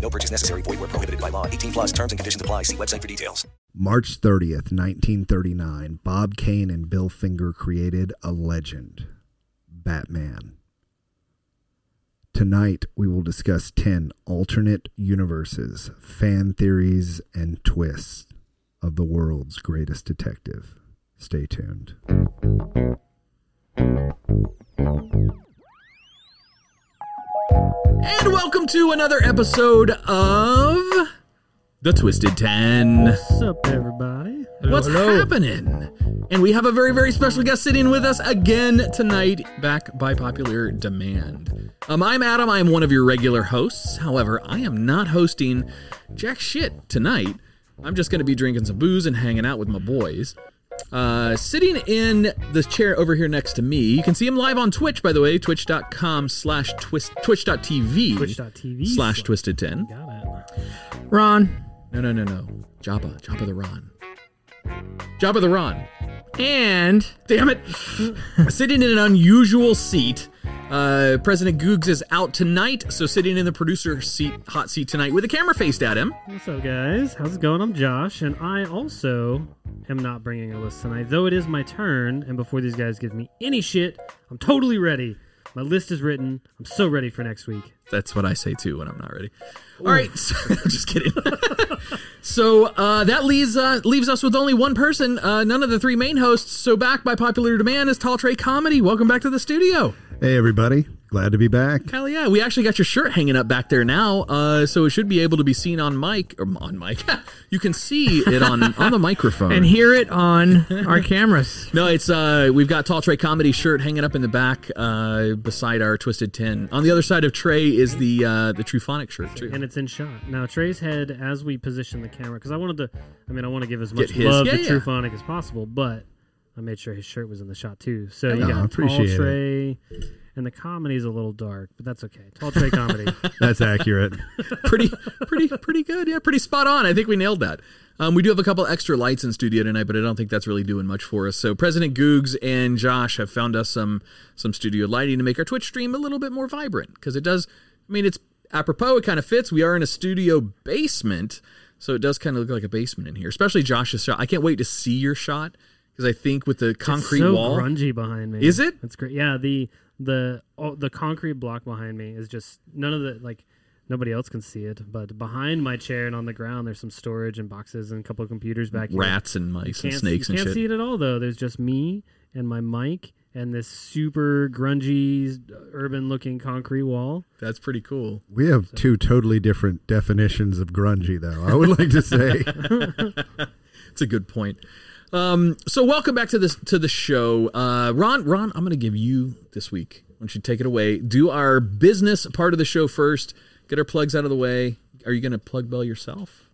No purchase necessary. Void where prohibited by law. 18 plus terms and conditions apply. See website for details. March 30th, 1939, Bob Kane and Bill Finger created a legend Batman. Tonight, we will discuss 10 alternate universes, fan theories, and twists of the world's greatest detective. Stay tuned. And welcome to another episode of The Twisted Ten. What's up, everybody? What's happening? And we have a very, very special guest sitting with us again tonight, back by popular demand. Um, I'm Adam. I am one of your regular hosts. However, I am not hosting jack shit tonight. I'm just going to be drinking some booze and hanging out with my boys. Uh, sitting in the chair over here next to me, you can see him live on Twitch, by the way, twitch.com slash twist, twitch.tv, Twitch.tv slash twisted 10. Got it. Ron. No, no, no, no. Jabba. Jabba the Ron. Jabba the Ron. And, damn it, sitting in an unusual seat. Uh, President Googs is out tonight, so sitting in the producer seat, hot seat tonight with a camera faced at him. What's up, guys? How's it going? I'm Josh, and I also am not bringing a list tonight, though it is my turn. And before these guys give me any shit, I'm totally ready. My list is written. I'm so ready for next week. That's what I say too when I'm not ready. All right, so, I'm just kidding. so uh, that leaves uh, leaves us with only one person, uh, none of the three main hosts. So back by popular demand is Tall Tray Comedy. Welcome back to the studio. Hey, everybody. Glad to be back. Hell yeah, we actually got your shirt hanging up back there now, uh, so it should be able to be seen on mic or on mic. you can see it on on the microphone. And hear it on our cameras. No, it's uh we've got Tall Trey comedy shirt hanging up in the back uh beside our Twisted Ten. On the other side of Trey is the uh the Truphonic shirt too. And it's in shot. Now, Trey's head, as we position the camera, because I wanted to, I mean, I want to give as much his- love Yeah, to yeah. True Phonic as possible, but I made sure his shirt was in the shot too. So you Oh, I got Tall appreciate it. Trey, and the comedy's a little dark, but that's okay. Tall Trey comedy. That's accurate. pretty pretty pretty good. Yeah, pretty spot on. I think we nailed that. Um, we do have a couple extra lights in studio tonight, but I don't think that's really doing much for us. So President Googs and Josh have found us some some studio lighting to make our Twitch stream a little bit more vibrant because it does. I mean, it's apropos. It kind of fits. We are in a studio basement, so it does kind of look like a basement in here. Especially Josh's shot. I can't wait to see your shot because I think with the concrete so wall, grungy behind me. Is it? That's great. Yeah, the the oh, the concrete block behind me is just none of the like nobody else can see it, but behind my chair and on the ground there's some storage and boxes and a couple of computers back here. rats and mice and Can't- snakes you and can't shit. see it at all though. There's just me and my mic and this super grungy urban looking concrete wall. That's pretty cool. We have two totally different definitions of grungy, though, I would like to say. It's a good point. Um, so welcome back to this to the show, uh, Ron. Ron, I'm going to give you this week. Why don't you take it away? Do our business part of the show first. Get our plugs out of the way. Are you going to plug Bell yourself?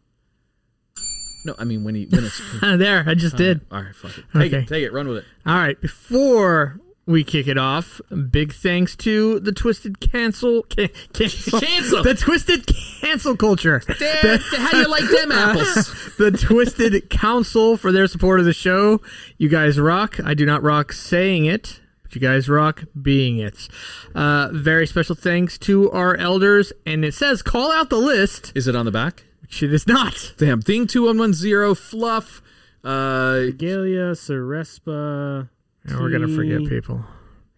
No, I mean when he when it's Ah, there, I Uh, just did. all right. Fuck it. Take Okay. it. Take it. Run with it. All right, before we kick it off, big thanks to the Twisted Cancel. Can, cancel. Cancel. The Twisted Cancel Culture. There, how do you like them apples? the Twisted Council for their support of the show. You guys rock. I do not rock saying it, but you guys rock being it. Uh, very special thanks to our elders. And it says, call out the list, Is it on the back? which it is not. Damn thing. Two one one zero fluff. Uh, Galia, Cerespa. we're going to forget T. people.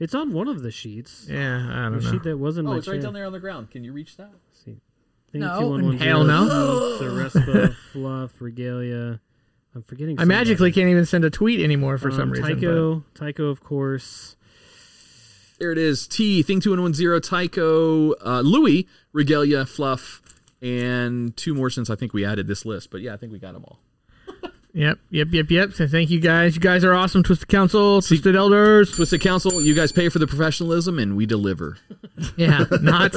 It's on one of the sheets. Yeah, I The don't know. sheet that was in oh, my it's right chair. down there on the ground. Can you reach that? 12110. hell no. Cerespa, Fluff, Regalia. I'm forgetting. I magically can't even send a tweet anymore for somebody. some Um, reason. Tycho, Tycho, of course. There it is. T, Thing 2110, Tycho, uh, Louis, Regalia, Fluff, and two more since I think we added this list. But yeah, I think we got them all. but- Yep, yep, yep, yep. So thank you guys. You guys are awesome. Twisted Council, Twisted Elders. Twisted Council, you guys pay for the professionalism and we deliver. Yeah, not.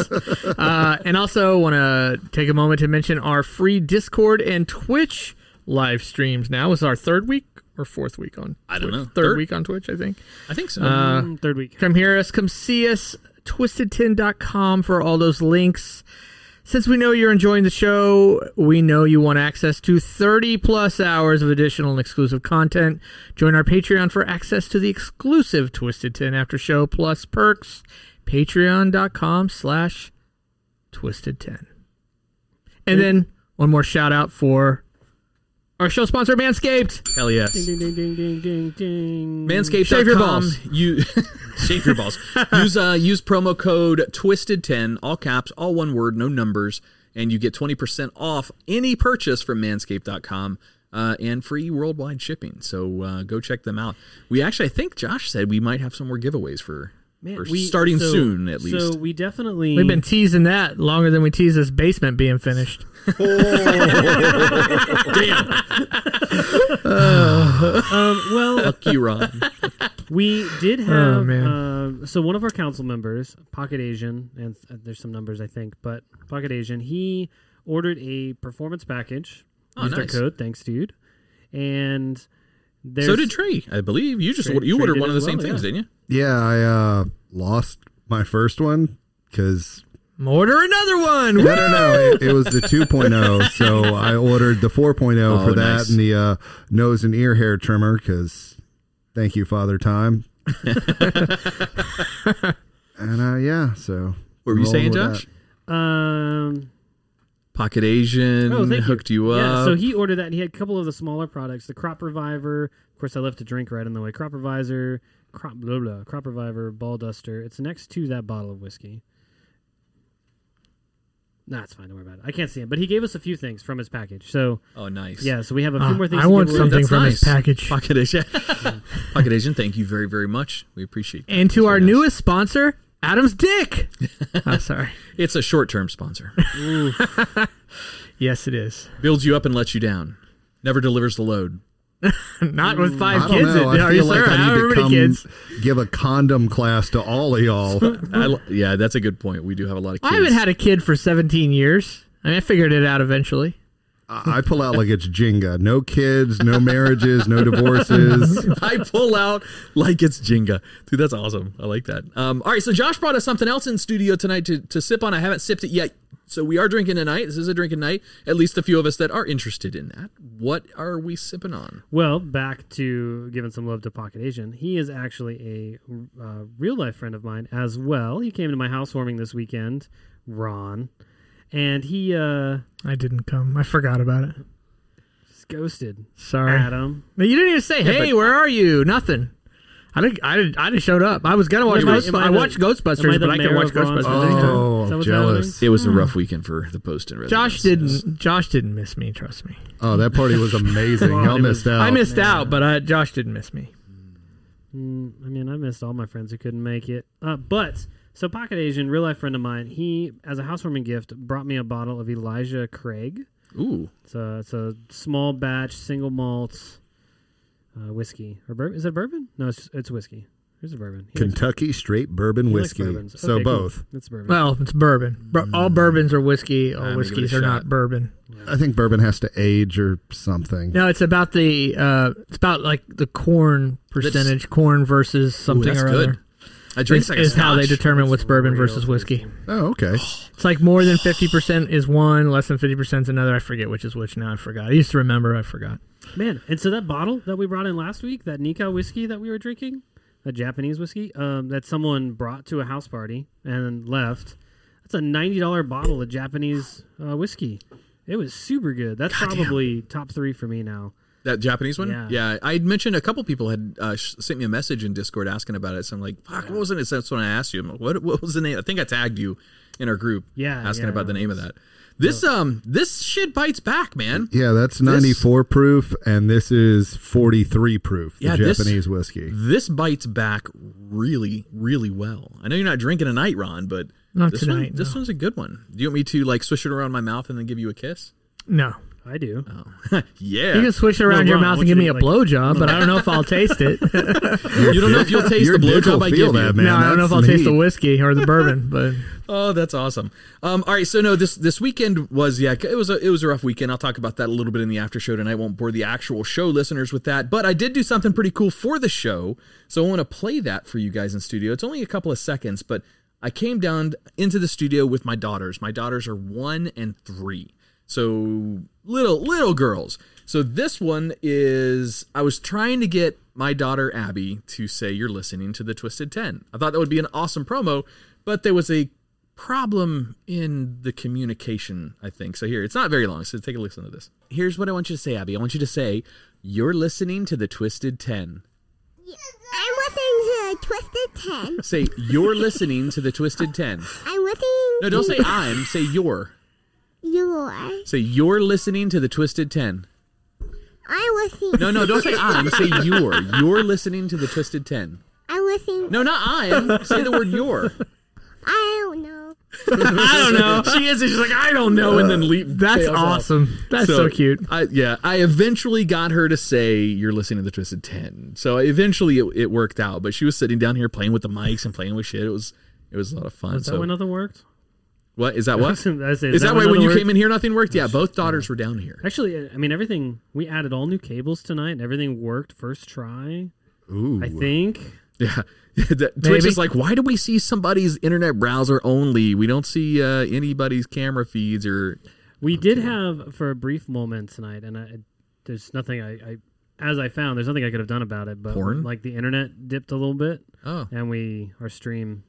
Uh, and also want to Uh, take a moment to mention our free Discord and Twitch live streams. Now is our third week or fourth week on. I don't Twitch? know. Third, Third. week on Twitch, I think. Uh, I think so. Mm-hmm. Mm, Third week. Come hear us. Come see us. Twisted10.com for all those links. Since we know you're enjoying the show, we know you want access to 30 plus hours of additional and exclusive content. Join our Patreon for access to the exclusive Twisted 10 After Show plus perks. Patreon.com slash Twisted 10. And then one more shout out for our show sponsor, Manscaped. Hell yes. Ding ding ding ding ding ding. Manscaped.com. Shave your balls. You shave your balls. Use uh, use promo code Twisted10, all caps, all one word, no numbers, and you get twenty percent off any purchase from Manscaped.com uh, and free worldwide shipping. So uh, go check them out. We actually, I think Josh said we might have some more giveaways for, for starting so- soon at least. So we definitely We've been teasing that longer than we tease this basement being finished. Oh. um, well Fuck you, Ron. we did have Oh, man. um, so one of our council members Pocket Asian and uh, there's some numbers I think but Pocket Asian he ordered a performance package Oh, used nice. our code thanks dude and there's so did Trey, I believe. You just Trey- ordered, you Trey ordered did one of the as same well, things, yeah. didn't you? Yeah, I uh, lost my first one because Order another one. no, no, no. It, it was the 2.0, so I ordered the 4.0 Oh, for that nice. and the uh, nose and ear hair trimmer because thank you, Father Time. and uh, yeah, so What were you rolling saying, with Josh? that. um Pocket Asian Oh, thank hooked you, up. Yeah, so he ordered that. And he had a couple of the smaller products, the Crop Reviver. Of course, I left a drink right in the way. Crop Revisor, Crop blah blah, Crop Reviver, Ball Duster. It's next to that bottle of whiskey. Nah, it's fine. Don't worry about it. I can't see him, but he gave us a few things from his package. So oh, nice. yeah, so we have a few Ah, more things. I to want give away. something That's from nice. this package. Pocket Asian. Pocket Asian, thank you very, very much. We appreciate it. And to our nice. newest sponsor, Adam's Dick. Ah, oh, sorry. It's a short term sponsor. Yes, it is. Builds you up and lets you down. Never delivers the load. Not with Mm, I five don't kids. know. it- I are feel you like sure? I However need to many come kids. give a condom class to all of y'all. I l yeah, that's a good point. We do have a lot of kids. I haven't had a kid for 17 years. I mean, I figured it out eventually. I I pull out like it's Jenga. No kids, no marriages, no divorces. I pull out like it's Jenga. Dude, that's awesome. I like that. Um, all right, so Josh brought us something else in studio tonight to, to sip on. I haven't sipped it yet. So we are drinking tonight. This is a drinking night. At least a few of us that are interested in that. What are we sipping on? Well, back to giving some love to Pocket Asian. He is actually a uh, real life friend of mine as well. He came to my housewarming this weekend, Ron, and he uh, I didn't come. I forgot about it. just ghosted Sorry. Adam. But you didn't even say, "Hey, but- where are you?" Nothing. I didn't. I didn't. I just showed up. I was gonna watch. Am I- Ghostbusters. am I I, the- watched am Ghostbusters, I the but I can mayor watch of Ron- Ghostbusters. Oh, Is that I'm what's jealous. Hmm. happening? It was a rough weekend for the post and Josh didn't. Josh didn't miss me. Trust me. Oh, that party was amazing. Wow, y'all Oh, it was- missed out. I missed out, but uh, Josh didn't miss me. Mm, I mean, I missed all my friends who couldn't make it. Uh, but so Pocket Asian, real life friend of mine, he as a housewarming gift brought me a bottle of Elijah Craig. Ooh. It's a it's a small batch single malt uh, whiskey or bourbon. Is it bourbon? No, it's it's whiskey. Here's a bourbon. He likes- Kentucky straight bourbon he likes whiskey. bourbons. so Okay, cool. both. It's bourbon. Well, it's bourbon. Bur- All bourbons are whiskey. All I'm gonna Mm. give it a whiskeys are shot. not bourbon. I think bourbon has to age or something. No, it's about the. Uh, it's about like the corn percentage, corn versus Ooh, something that's or good. other. I drink Is- like a is how they scotch. determine what's bourbon versus real whiskey. Oh, okay. It's like more than fifty percent is one, less than fifty percent is another. I forget which is which now. I forgot. I used to remember. I forgot. Man, and so that bottle that we brought in last week, that Nikka whiskey that we were drinking, that Japanese whiskey, um, that someone brought to a house party and left. That's a ninety dollar bottle of Japanese uh, whiskey. It was super good. That's probably top three for me now. That Japanese one? Yeah. I had mentioned a couple people had uh, sh- sent me a message in Discord asking about it. So I'm like, fuck, what was it? So That's when I asked you. I'm like, what, what was the name? I think I tagged you in our group Yeah, asking yeah, about the no, name of that. This um this shit bites back, man. Yeah, that's 94 proof, and this is 43 proof, the Yeah, this- Japanese whiskey. This bites back really, really well. I know you're not drinking tonight, Ron, but Not this tonight, One, This one's a good one. Do you want me to like swish it around my mouth and then give you a kiss? No. I do. Oh. Yeah. You can swish it around your mouth and give me a blowjob, but I don't know if I'll taste it. You don't know if you'll taste Your the dick will blowjob I feel give you. that, man. no, I don't know if That's I'll taste the neat. whiskey or the bourbon, but Oh, that's awesome. Um, all right, so no, this this weekend was yeah, it was a it was a rough weekend. I'll talk about that a little bit in the after show tonight. Won't bore the actual show listeners with that, but I did do something pretty cool for the show, so I want to play that for you guys in studio. It's only a couple of seconds, but I came down into the studio with my daughters. My daughters are one and three, so little little girls. So this one is I was trying to get my daughter Abby to say you're listening to the Twisted Ten. I thought that would be an awesome promo, but there was a problem in the communication, I think. So here, it's not very long, so take a listen to this. Here's what I want you to say, Abby. I want you to say, you're listening to the Twisted 10. I'm listening to Twisted 10. Say, you're listening to the Twisted 10. I'm listening No, don't to say I'm, say you're. your. Say, you're listening to the Twisted 10. I'm listening. No, no, don't say I'm, say you're. You're listening to the Twisted 10. I'm listening. No, not I'm. Say the word you're. I don't know. I don't know. She is. She's like, I don't know, and then leap. Uh, That's tails off. awesome. That's so, cute. I, yeah, I eventually got her to say, "You're listening to the Twisted 10. So eventually, it, it worked out. But she was sitting down here playing with the mics and playing with shit. It was it was a lot of fun. Is so that when nothing worked? what is that? What I is said, is that that why when when other you words- came in here, nothing worked? Oh, Yeah, both daughters were down here. Actually, uh, I mean everything. We added all new cables tonight, and everything worked first try. Ooh. I think. Yeah. That- Twitch Maybe. is like, why do we see somebody's internet browser only? We don't see uh, anybody's camera feeds or We did have for a brief moment tonight, and I, there's nothing I, I, as I found, there's nothing I could have done about it. But Porn? like the internet dipped a little bit. Oh. and we our stream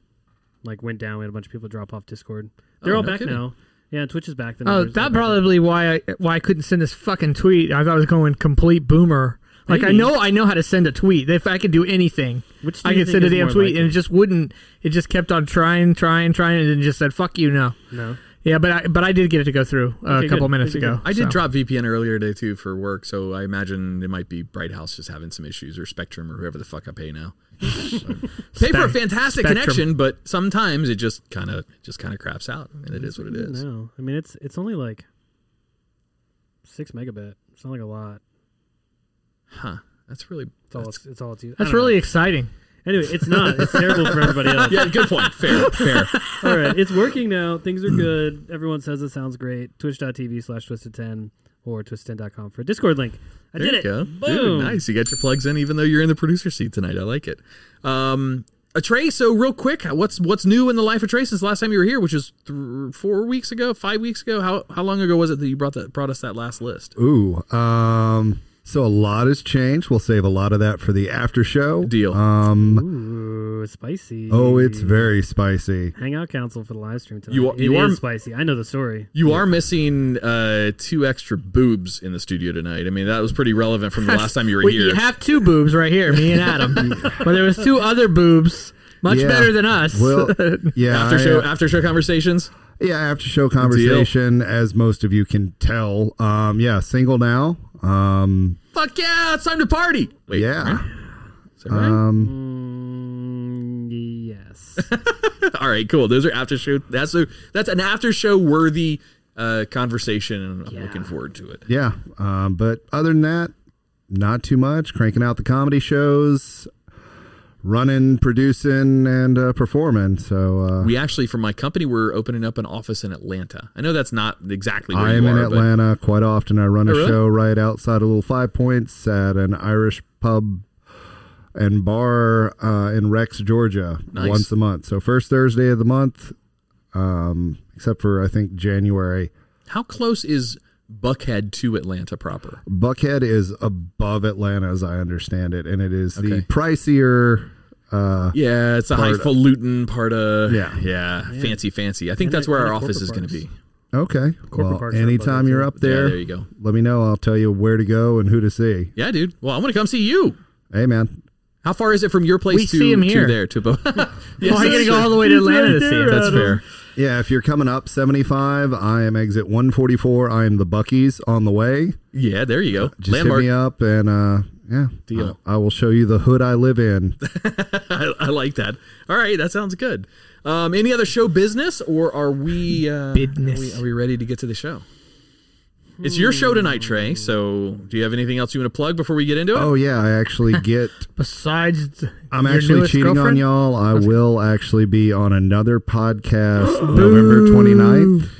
like went down. We had a bunch of people drop off Discord. They're Oh, all no back kidding. now. Yeah, Twitch is back. The Oh, numbers that are back. probably why I why I couldn't send this fucking tweet. I thought I was going complete boomer. Like I Maybe. know I know how to send a tweet. If I could do anything, Which do I you could think send a is damn more tweet, and it likely? just wouldn't. It just kept on trying, trying, trying, and then just said "fuck you." No, No. yeah, but I but I did get it to go through uh, Okay, a couple good. minutes Okay, good. ago. I did so. drop VPN earlier today too for work, so I imagine it might be Bright House just having some issues or Spectrum or whoever the fuck I pay now. pay for a Spec- Spectrum. fantastic connection, but sometimes it just kind of just kind of craps out, and it is what it is. No, I mean it's it's only like six megabit. It's not like a lot. Huh? That's really It's all it's, it's all it's used. I That's don't know. really exciting. anyway. It's not. It's terrible for everybody else. yeah. Good point. Fair. Fair. All right, it's working now. Things are good. Everyone says it sounds great. Twitch.tv slash twisted10 or twisted10.com for a Discord link. I there did you it. go. Boom. Dude, nice. You got your plugs in, even though you're in the producer seat tonight. I like it. Um, a Trey. So real quick, what's what's new in the life of Trey since last time you were here, which is th- four weeks ago, five weeks ago? How how long ago was it that you brought that brought us that last list? Ooh. Um, so a lot has changed. We'll save a lot of that for the after show. Deal. Um, Ooh, spicy. oh, it's very spicy. Hangout council for the live stream tonight. You are- It you is are- spicy. I know the story. You are missing uh, two extra boobs in the studio tonight. I mean, that was pretty relevant from the last time you were Wait, here. You have two boobs right here, me and Adam. but there was two other boobs, much Yeah. better than us. Well, yeah. after I, show uh, after show conversations. Yeah, after show conversation, as most of you can tell. Um, yeah, single now. Um, Fuck yeah, it's time to party. Wait, yeah. is that right? Um, Mm, yes. all right, cool. Those are after show. That's a that's an after show worthy uh, conversation, and I'm looking forward to it. yeah. Um, but other than that, not too much. Cranking out the comedy shows, running, producing, and uh, performing. So uh, We actually, for my company, we're opening up an office in Atlanta. I know that's not exactly where I am you in are, but Atlanta quite often. I run a Oh, really? show right outside of Little Five Points at an Irish pub and bar uh, in Rex, Georgia, Nice. once a month. So first Thursday of the month, um, except for I think January. how close is Buckhead to Atlanta proper? Buckhead is above Atlanta, as I understand it, and it is the Okay. pricier. Uh, Yeah, it's a Part of- highfalutin part of Yeah. yeah, fancy, fancy. I think that's where and our the office corporate is going to parks. be. Okay. Corporate well, parks are up anytime there, you're too. up there, Yeah, there you go. Let me know. I'll tell you where to go and who to see. Yeah, dude. Well, I'm gonna come see you. Hey, man. How far is it from your place We to, see him here. to there to Bo? Why are you gonna go all the way to He's Atlanta right to see there, him? That's Adam. fair. Yeah, if you're coming up 75, I am exit 144. I am the Bucky's on the way. yeah, there you go. Just Landmark. hit me up and uh yeah, Deal. I, I will show you the hood I live in. I, I like that. All right, that sounds good. Um, any other show business, or are we uh, Are we, Business. are we ready to get to the show? It's your show tonight, Trey. So, do you have anything else you want to plug before we get into it? Oh yeah, I actually get Besides, th- I'm your actually newest cheating on girlfriend? y'all. I will actually be on another podcast November 29th.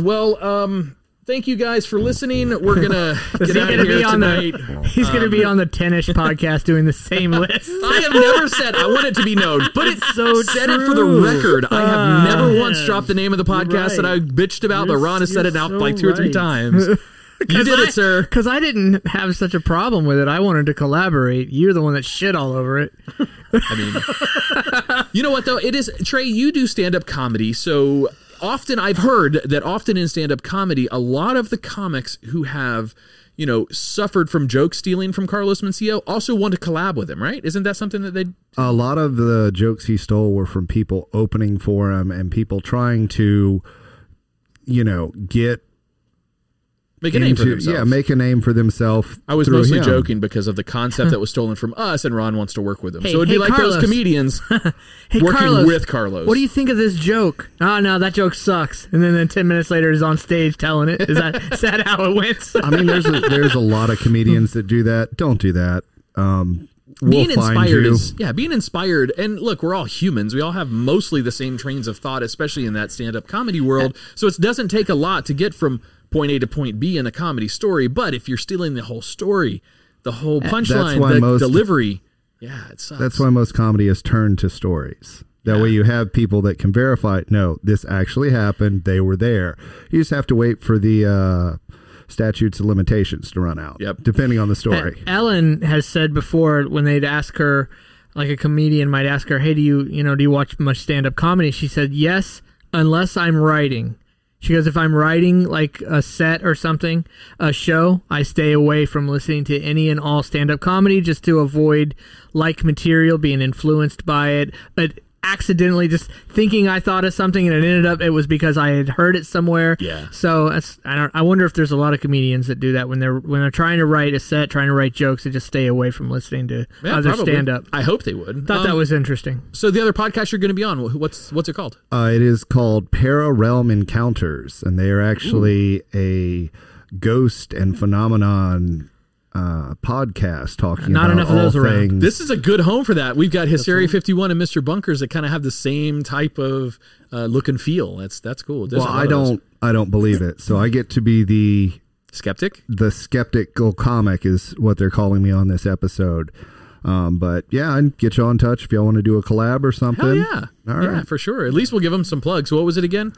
well, um, thank you guys for listening. We're gonna Is get he out of gonna here be on tonight. the? He's gonna be on the tennis podcast doing the same list. I have never said I want it to be known, but it so said it for the true. record. I have Ah, never once man. dropped the name of the You're podcast that I right. bitched about, You're but Ron has s- said you're it now so like two or three right. times. you did I, it, sir. Because I didn't have such a problem with it. I wanted to collaborate. You're the one that shit all over it. I mean, you know what though? It is Trey. You do stand up comedy, so often I've heard that often in stand up comedy, a lot of the comics who have you know suffered from joke stealing from Carlos Mencia also want to collab with him, right? Isn't that something that they? A lot of the jokes he stole were from people opening for him and people trying to you know, get Make a name for into- themselves. Yeah, make a name for themselves. I was through mostly him. joking because of the concept that was stolen from us, and Ron wants to work with them. Hey, so it'd be hey, like those Carlos. comedians Hey, working Carlos, with Carlos. What do you think of this joke? Oh no, that joke sucks. And then, then ten minutes later, he's on stage telling it. Is that is that how it went? I mean, there's a, there's a lot of comedians that do that. Don't do that. Um, we'll being find inspired you. is yeah being inspired and look we're all humans we all have mostly the same trains of thought especially in that stand-up comedy world so it doesn't take a lot to get from point a to point b in a comedy story but if you're stealing the whole story the whole punchline why the most- delivery yeah it sucks That's why most comedy is turned to stories. That way, you have people that can verify. No, this actually happened. They were there. You just have to wait for the uh, statutes of limitations to run out. Yep. Eh, Depending on the story. And Ellen has said before when they'd ask her, like a comedian might ask her, "Hey, do you you know do you watch much stand up comedy?" She said, "Yes, unless I'm writing." She goes, "If I'm writing like a set or something, a show, I stay away from listening to any and all stand up comedy just to avoid like material being influenced by it." But accidentally just thinking I thought of something and it ended up it was because I had heard it somewhere. Yeah. So that's I don't I wonder if there's a lot of comedians that do that when they're when they're trying to write a set, trying to write jokes, they just stay away from listening to yeah, other probably. stand up. i hope they would Thought that Um, was interesting. so the other podcast you're going to be on wh- what's what's it called Uh, it is called Para Realm Encounters, and they are actually a ghost and phenomenon uh, podcast talking Not about enough of all those around. things. This is a good home for that. We've got Hysteria 51 and Mr. Bunkers that kind of have the same type of uh, look and feel. That's that's cool. There's well, a lot I of those. don't. I don't believe it. So I get to be the skeptic. the skeptical comic is what they're calling me on this episode. Um, but yeah, I'd get y'all in touch if y'all want to do a collab or something. Hell yeah. All yeah, right. for sure. At least we'll give them some plugs. What was it again?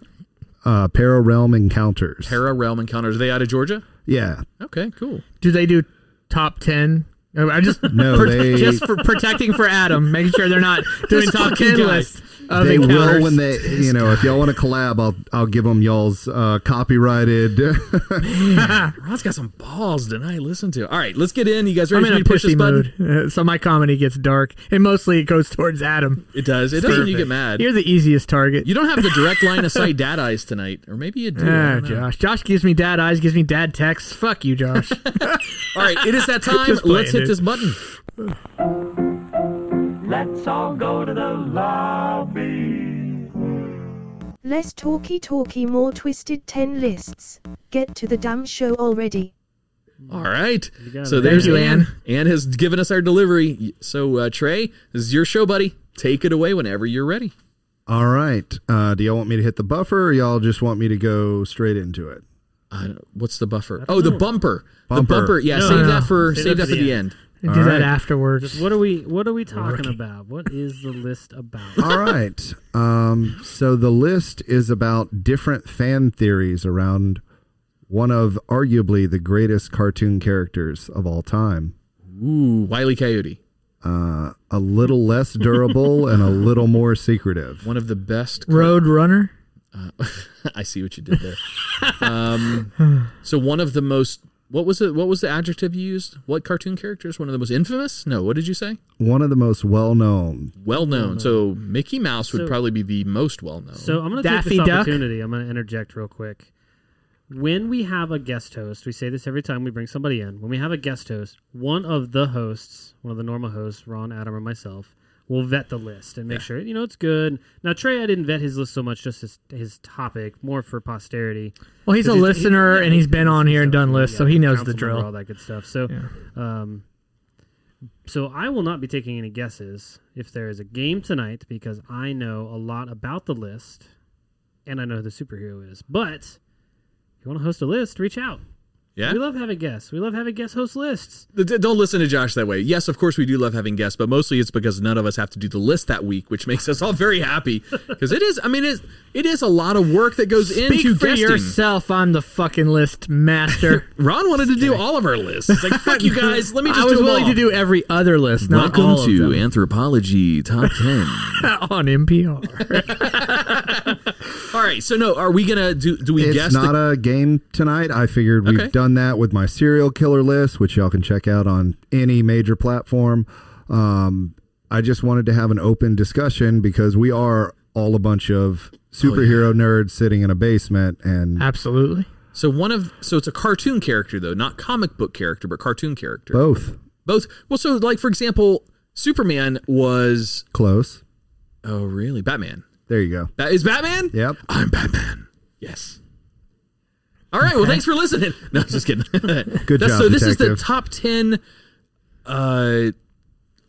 Uh, Para Realm Encounters. Para Realm Encounters. Are they out of Georgia? yeah. Okay, cool. Do they do top ten? I just No, they- just for protecting for Adam, making sure they're not doing This top fucking ten guy. lists of they encounters. will when they, you know, if y'all want to collab, I'll I'll give them y'all's uh, copyrighted. Ron's got some balls tonight. Listen to. All right, let's get in. You guys I'm ready for in a me to push this pushy button? mood, Uh, so my comedy gets dark, and mostly it goes towards Adam. It does. It doesn't. You get mad. You're the easiest target. you don't have the direct line of sight dad eyes tonight, or maybe you do. I Ah, don't know. Josh. Josh gives me dad eyes, gives me dad texts. Fuck you, Josh. All right, it is that time. Just playing, Let's hit dude. this button. Less talky talky, more twisted 10 lists. Get to the damn show already. All right. got So it. there's Thank you, Anne. Anne has given us our delivery. So uh, Trey, this is your show, buddy. Take it away whenever you're ready. All right. Uh, do y'all want me to hit the buffer, or y'all just want me to go straight into it? I don't- what's the buffer? Oh, the bumper. Bumper. The bumper. Yeah, No, save no, that no. for Save save that that for the end. do All that right. afterwards. Just what are we? What are we talking about? What is the list about? All right. Um, so the list is about different fan theories around one of arguably the greatest cartoon characters of all time. Ooh, Wiley Coyote, Uh, a little less durable and a little more secretive. one of the best. Road Runner. Uh, I see what you did there. um, so one of the most what was it? What was the adjective you used? What cartoon characters? One of the most infamous? No, what did you say? One of the most well known. Well known. So Mickey Mouse would So- probably be the most well known. So I'm going to take Daffy this Duck? opportunity. I'm going to interject real quick. When we have a guest host, we say this every time we bring somebody in. When we have a guest host, one of the hosts, one of the normal hosts, Ron, Adam, or myself, will vet the list and make sure you know it's good. Now Trey, I didn't vet his list so much, just his his topic, more for posterity. Well, he's a 'Cause listener and he's been on here and done lists, so he knows the council member, drill. all that good stuff. So, um, so I will not be taking any guesses if there is a game tonight because I know a lot about the list, and I know who the superhero is. But if you want to host a list, reach out. Yeah. we love having guests. We love having guest host lists. D- d- Don't listen to Josh that way. Yes, of course we do love having guests, but mostly it's because none of us have to do the list that week, which makes us all very happy. Because it is, I mean, it, it is a lot of work that goes Speak into for guesting. yourself. I'm the fucking list master. Ron wanted to do all of our lists. It's like fuck you guys. Let me just I was do 'em willing all. to do every other list, not Welcome all of to them. Anthropology Top Ten. on NPR. all right, so no, are we gonna do? Do we it's guess? not the, a game tonight. I figured we've Okay. done that with my serial killer list, which y'all can check out on any major platform. Um, I just wanted to have an open discussion because we are all a bunch of superhero nerds sitting in a basement, and absolutely so one of so it's a cartoon character though, not comic book character, but cartoon character. both Both. Well, so like for example, Superman was. close. Oh really? Batman. There you go. That is Batman. Yep. I'm Batman. Yes. All right. Well, thanks for listening. No, I'm just kidding. Good That's- job, So this is detective. the top ten uh,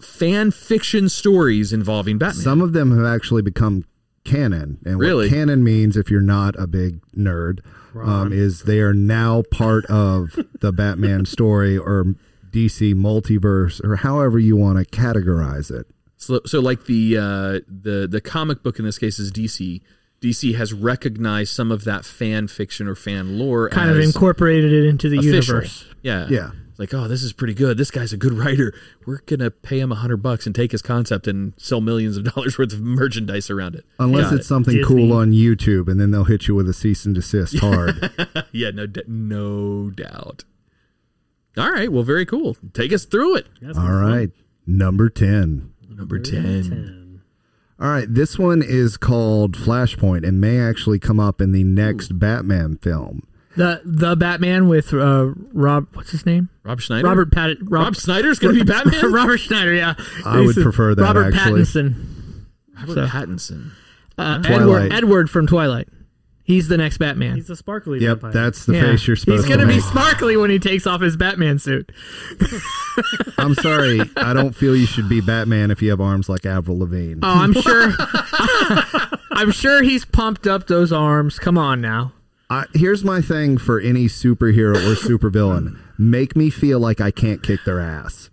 fan fiction stories involving Batman. Some of them have actually become canon, and Really? what canon means, if you're not a big nerd, um, is they are now part of the Batman story or DC multiverse or however you want to categorize it. So, so like the uh, the the comic book in this case is DC. DC has recognized some of that fan fiction or fan lore, kind of as incorporated it into the official. universe. Yeah, Yeah. It's Like, oh, this is pretty good. This guy's a good writer. We're gonna pay him a hundred bucks and take his concept and sell millions of dollars worth of merchandise around it. Unless Got it's something cool on YouTube, and then they'll hit you with a cease and desist hard. yeah, no, d- no doubt. All right, well, very cool. Take us through it. All right, number ten. Number ten. All right, this one is called Flashpoint and may actually come up in the next Batman film. The the Batman with uh, Rob. What's his name? Rob Schneider. Robert Pat. Rob, Rob Snyder's gonna be Batman? Robert Schneider. Yeah. I would He's a- prefer that, Robert actually. Pattinson. Robert So- Pattinson. Uh, Twilight. Edward Edward from Twilight. He's the next Batman. He's a sparkly Yep, vampire. that's the Yeah. face you're supposed He's gonna to be make. sparkly when he takes off his Batman suit. I'm sorry, I don't feel you should be Batman if you have arms like Avril Lavigne. Oh, I'm sure. I'm sure he's pumped up those arms. Come on now. I, here's my thing for any superhero or supervillain: make me feel like I can't kick their ass.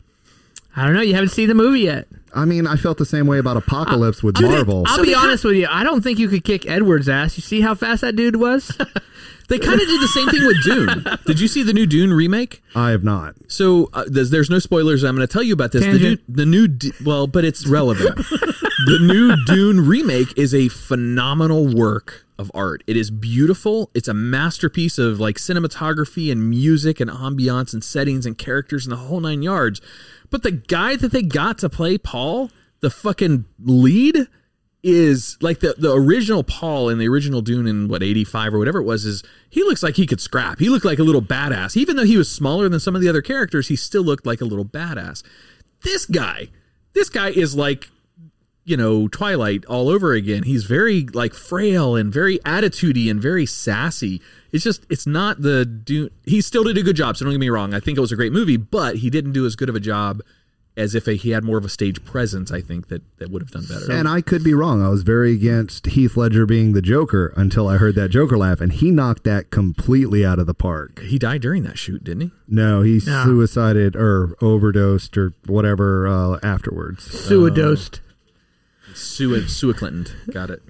I don't know. You haven't seen the movie yet. I mean, I felt the same way about Apocalypse with Dude, Marvel. I'll be honest with you. I don't think you could kick Edward's ass. You see how fast that dude was? They kind of did the same thing with Dune. Did you see the new Dune remake? I have not. So uh, there's, there's no spoilers. I'm going to tell you about this. The, new, Tangent. the new, D- well, but it's relevant. the new Dune remake is a phenomenal work of art. It is beautiful. It's a masterpiece of like cinematography and music and ambiance and settings and characters and the whole nine yards. But the guy that they got to play Paul, the fucking lead, is like the the original Paul in the original Dune in what eighty five or whatever it was is he looks like he could scrap. He looked like a little badass. Even though he was smaller than some of the other characters, he still looked like a little badass. This guy, this guy is like you know Twilight all over again. He's very like frail and very attitudey and very sassy. It's just it's not the Dune. He still did a good job. So don't get me wrong. I think it was a great movie, but he didn't do as good of a job as if he had more of a stage presence. I think that that would have done better. And I could be wrong. I was very against Heath Ledger being the Joker until I heard that Joker laugh, and he knocked that completely out of the park. he died during that shoot, didn't he? No, he Yeah. suicided or overdosed or whatever uh, afterwards. Suidosed. Um, Sue Sue Clinton. Got it.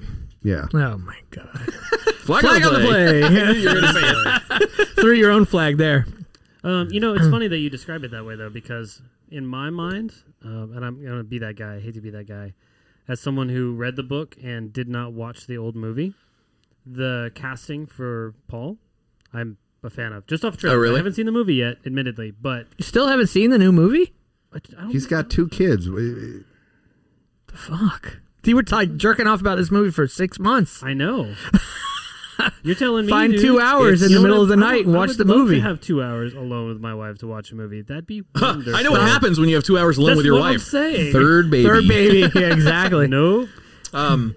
Yeah. Oh my god. Flag, Flag on the play. You're gonna say it. Threw your own flag there. Um, you know, it's funny that you describe it that way, though, because in my mind, um, and I'm going to be that guy, I hate to be that guy, as someone who read the book and did not watch the old movie, the casting for Paul, I'm a fan of. Just off Oh, trailer. really? I haven't seen the movie yet, admittedly, but You still haven't seen the new movie? He's got two kids. We- The fuck? You were like jerking off about this movie for six months. I know. You're telling me Find dude, two hours in You the know middle of what? the I night would- and I watch would the love to movie. have two hours alone with my wife to watch a movie. That'd be Huh, wonderful. I know what happens when you have two hours alone That's with your what wife. I'm saying. Third baby. Third baby. Yeah, exactly. no. Um,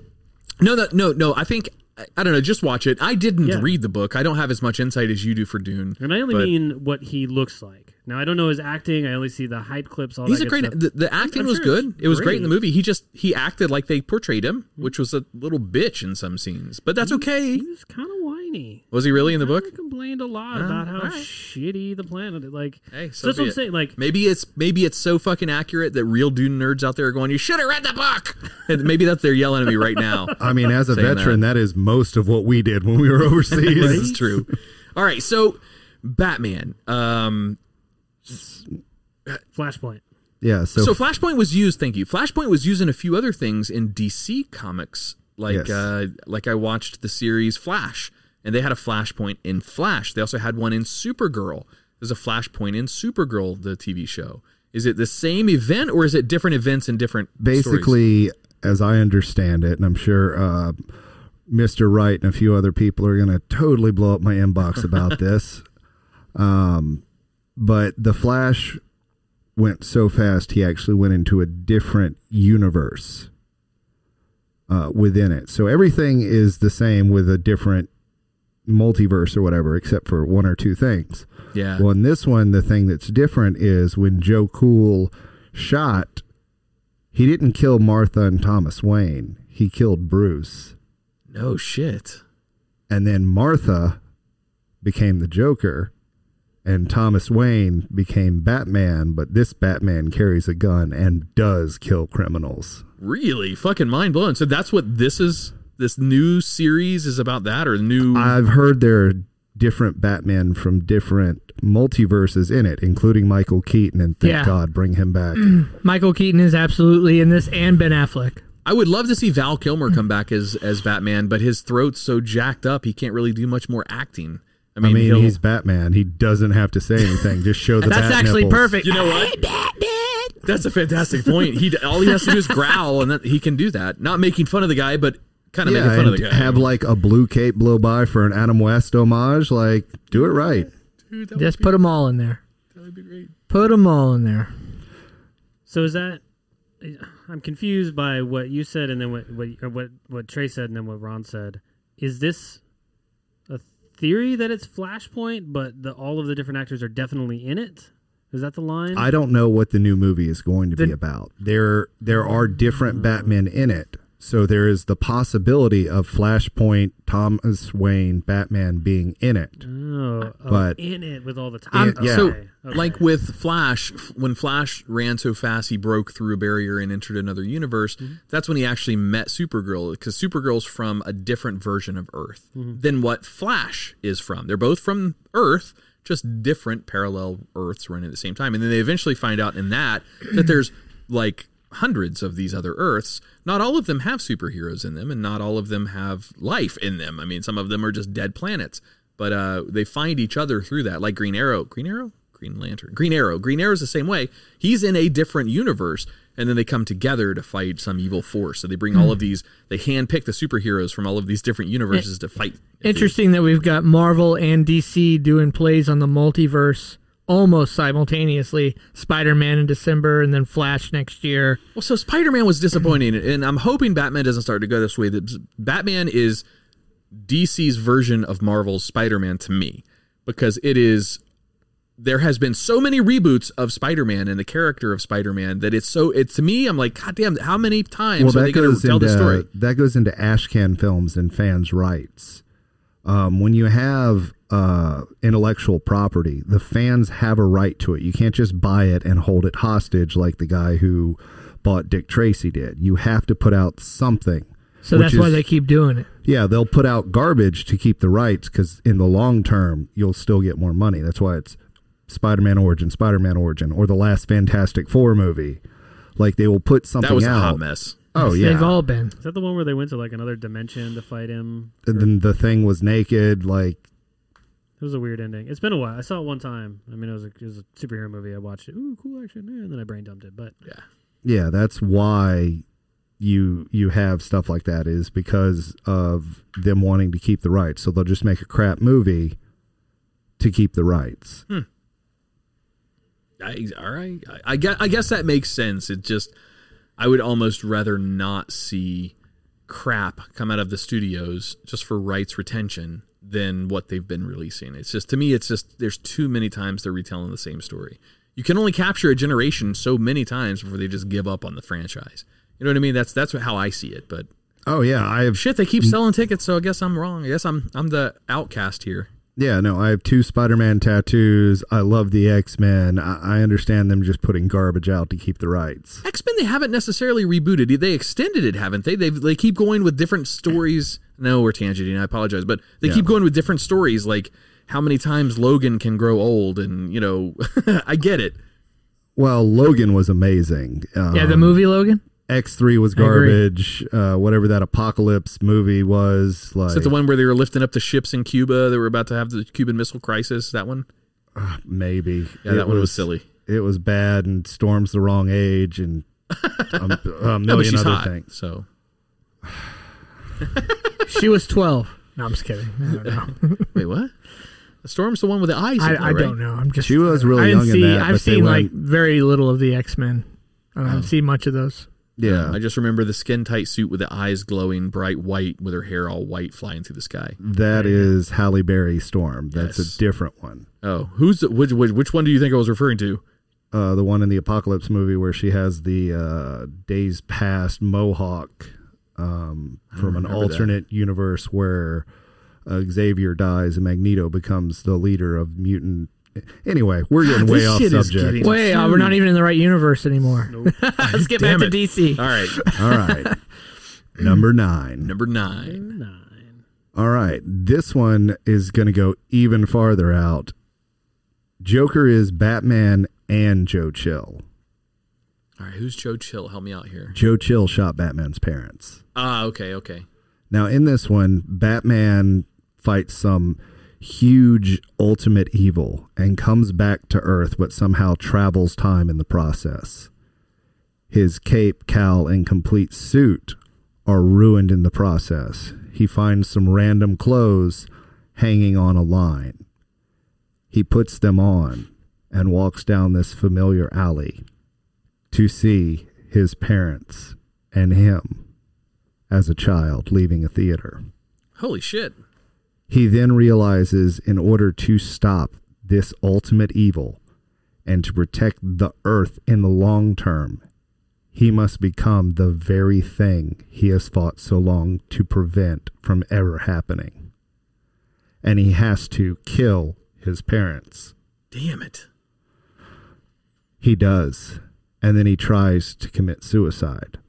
no, no, no, no. I think I, I don't know. Just watch it. I didn't read the book. I don't have as much insight as you do for Dune. And I only but mean what he looks like. Now I don't know his acting. I only see the hype clips. All He's that a good great. stuff. The, the I'm- acting I'm was sure good. it's It was great in the movie. He just he acted like they portrayed him, which was a little bitch in some scenes. But that's okay. He was kind of whiny. Was he really in the book? I complained a lot Oh, about how all right. shitty the planet. is. Like, Hey, so that's be what I'm it. saying. Like, maybe it's maybe it's so fucking accurate that real Dune nerds out there are going, "You should have read the book." And maybe that's they're yelling at me right now. I mean, as a Saying veteran, that is most of what we did when we were overseas. this is true. All right, so Batman. Um, Flashpoint. Yeah. So, So, Flashpoint was used. Thank you. Flashpoint was used in a few other things in DC comics. Like Yes. uh, like I watched the series Flash, and they had a Flashpoint in Flash. They also had one in Supergirl. There's a Flashpoint in Supergirl, the TV show. Is it the same event, or is it different events in different? stories? basically, as I understand it, and I'm sure uh, Mr. Wright and a few other people are going to totally blow up my inbox about this. Um, but the Flash went so fast, he actually went into a different universe uh, within it. So everything is the same with a different multiverse or whatever, except for one or two things. Yeah. Well, in this one, the thing that's different is when Joe Cool shot, he didn't kill Martha and Thomas Wayne. He killed Bruce. no shit. And then Martha became the Joker, and Thomas Wayne became Batman, but this Batman carries a gun and does kill criminals. Really fucking mind blowing. So that's what this is. This new series is about that, or new. I've heard there are different Batman from different multiverses in it, including Michael Keaton, and thank Yeah. God bring him back. Michael Keaton is absolutely in this, and Ben Affleck. I would love to see Val Kilmer come back as as Batman, but his throat's so jacked up he can't really do much more acting. I I mean, mean, he'll- he's Batman. He doesn't have to say anything. Just show the. That's bat actually nipples. perfect. You know what? that's a fantastic point. He all he has to do is growl, and that, he can do that. Not making fun of the guy, but kind of yeah, making fun of the and guy. have like a blue cape blow by for an Adam West homage. Like, do it right. Just put them all in there. That would be great. Put them all in there. So is that? I'm confused by what you said and then what what or what what Trey said and then what Ron said. Is this a theory that it's Flashpoint, but the, all of the different actors are definitely in it? Is that the line? I don't know what the new movie is going to be The- about. There, there are different Batmen in it, so there is the possibility of Flashpoint, Thomas Wayne, Batman being in it. Oh, oh, But- in it with all the time. I'm- Yeah. So, Okay, okay. like with Flash, f- when Flash ran so fast he broke through a barrier and entered another universe, Mm-hmm. that's when he actually met Supergirl because Supergirl's from a different version of Earth Mm-hmm. than what Flash is from. They're both from Earth, just different parallel Earths running at the same time. And then they eventually find out in that that there's like hundreds of these other Earths. Not all of them have superheroes in them, and not all of them have life in them. I mean, some of them are just dead planets. But uh, they find each other through that, like Green Arrow. Green Arrow? Green Lantern. Green Arrow. Green Arrow's the same way. He's in a different universe, and then they come together to fight some evil force. So they bring all of these, they handpick the superheroes from all of these different universes to fight. Interesting that we've got Marvel and DC doing plays on the multiverse almost simultaneously. Spider Man in December, and then Flash next year. Well, so Spider Man was disappointing, and I'm hoping Batman doesn't start to go this way. That Batman is DC's version of Marvel's Spider Man to me, because it is. There has been so many reboots of Spider Man and the character of Spider Man that it's so. It's to me, I'm like, God damn, how many times well, are they that going goes to tell into the story? that goes into ash can films and fans' rights. Um, when you have uh, intellectual property, the fans have a right to it. You can't just buy it and hold it hostage like the guy who bought Dick Tracy did. You have to put out something. So which that's why is- they keep doing it. yeah, they'll put out garbage to keep the rights because in the long term, you'll still get more money. That's why it's Spider Man Origin, Spider Man Origin, or the last Fantastic Four movie. Like they will put something That was a out. hot mess. Oh, yeah. They've all been. Is that the one where they went to like another dimension to fight him? And then the thing was naked, like It was a weird ending. It's been a while. I saw it one time. I mean, it was a, it was a superhero movie. I watched it. Ooh, cool action. eh, And then I brain dumped it. But yeah, yeah, that's why you you have stuff like that is because of them wanting to keep the rights. So they'll just make a crap movie to keep the rights. I, all right. I, I guess, I guess that makes sense. It just, I would almost rather not see crap come out of the studios just for rights retention than what they've been releasing. It's just, to me, it's just, there's too many times they're retelling the same story. You can only capture a generation so many times before they just give up on the franchise. You know what I mean? That's, that's how I see it. But Oh yeah, I have shit. They keep selling tickets. So I guess I'm wrong. I guess I'm, I'm the outcast here. Yeah, no, I have two Spider Man tattoos. I love the X Men. I, I understand them just putting garbage out to keep the rights. X Men they haven't necessarily rebooted. They extended it, haven't they? They they keep going with different stories. No, we're tangenting. I apologize, but they Yeah. keep going with different stories. Like how many times Logan can grow old, and you know, I get it. Well, Logan was amazing. Um, yeah, the movie Logan. X three was I agree. garbage. Uh, whatever that apocalypse movie was, like Is that the one where they were lifting up the ships in Cuba? They were about to have the Cuban Missile Crisis. That one. maybe. Yeah, that one was silly. It was bad, and storms the wrong age, and a, a million she's other hot, things. So she was 12. No, I'm just kidding. I don't know. wait, what? The storm's the one with the eyes. I, in there, I don't right? know. I'm just. She was really I didn't young in see. that, I've but they seen like went- very little of the X Men. I haven't Oh. seen much of those. Yeah. I just remember the skin tight suit with the eyes glowing bright white, with her hair all white, flying through the sky. That is Halle Berry Storm. That's Yes. a different one. Oh, who's the, which, which which one do you think I was referring to? Uh, the one in the apocalypse movie where she has the uh, days past mohawk um, I don't from an remember that. alternate universe where uh, Xavier dies and Magneto becomes the leader of mutant. Anyway, we're getting God, way this off shit is subject. getting Way off. We're not even in the right universe anymore. Let's get back Damn to it. DC. All right. All right. Number nine. Number nine. All right. This one is going to go even farther out. Joker is Batman and Joe Chill. All right. Who's Joe Chill? Help me out here. Joe Chill shot Batman's parents. Ah, okay, okay. Now, in this one, Batman fights some huge ultimate evil and comes back to Earth, but somehow travels time in the process. His cape, cowl, and complete suit are ruined in the process. He finds some random clothes hanging on a line. He puts them on and walks down this familiar alley to see his parents and him as a child leaving a theater. Holy shit. He then realizes in order to stop this ultimate evil and to protect the earth in the long term, he must become the very thing he has fought so long to prevent from ever happening. And he has to kill his parents. Damn it. He does. And then he tries to commit suicide,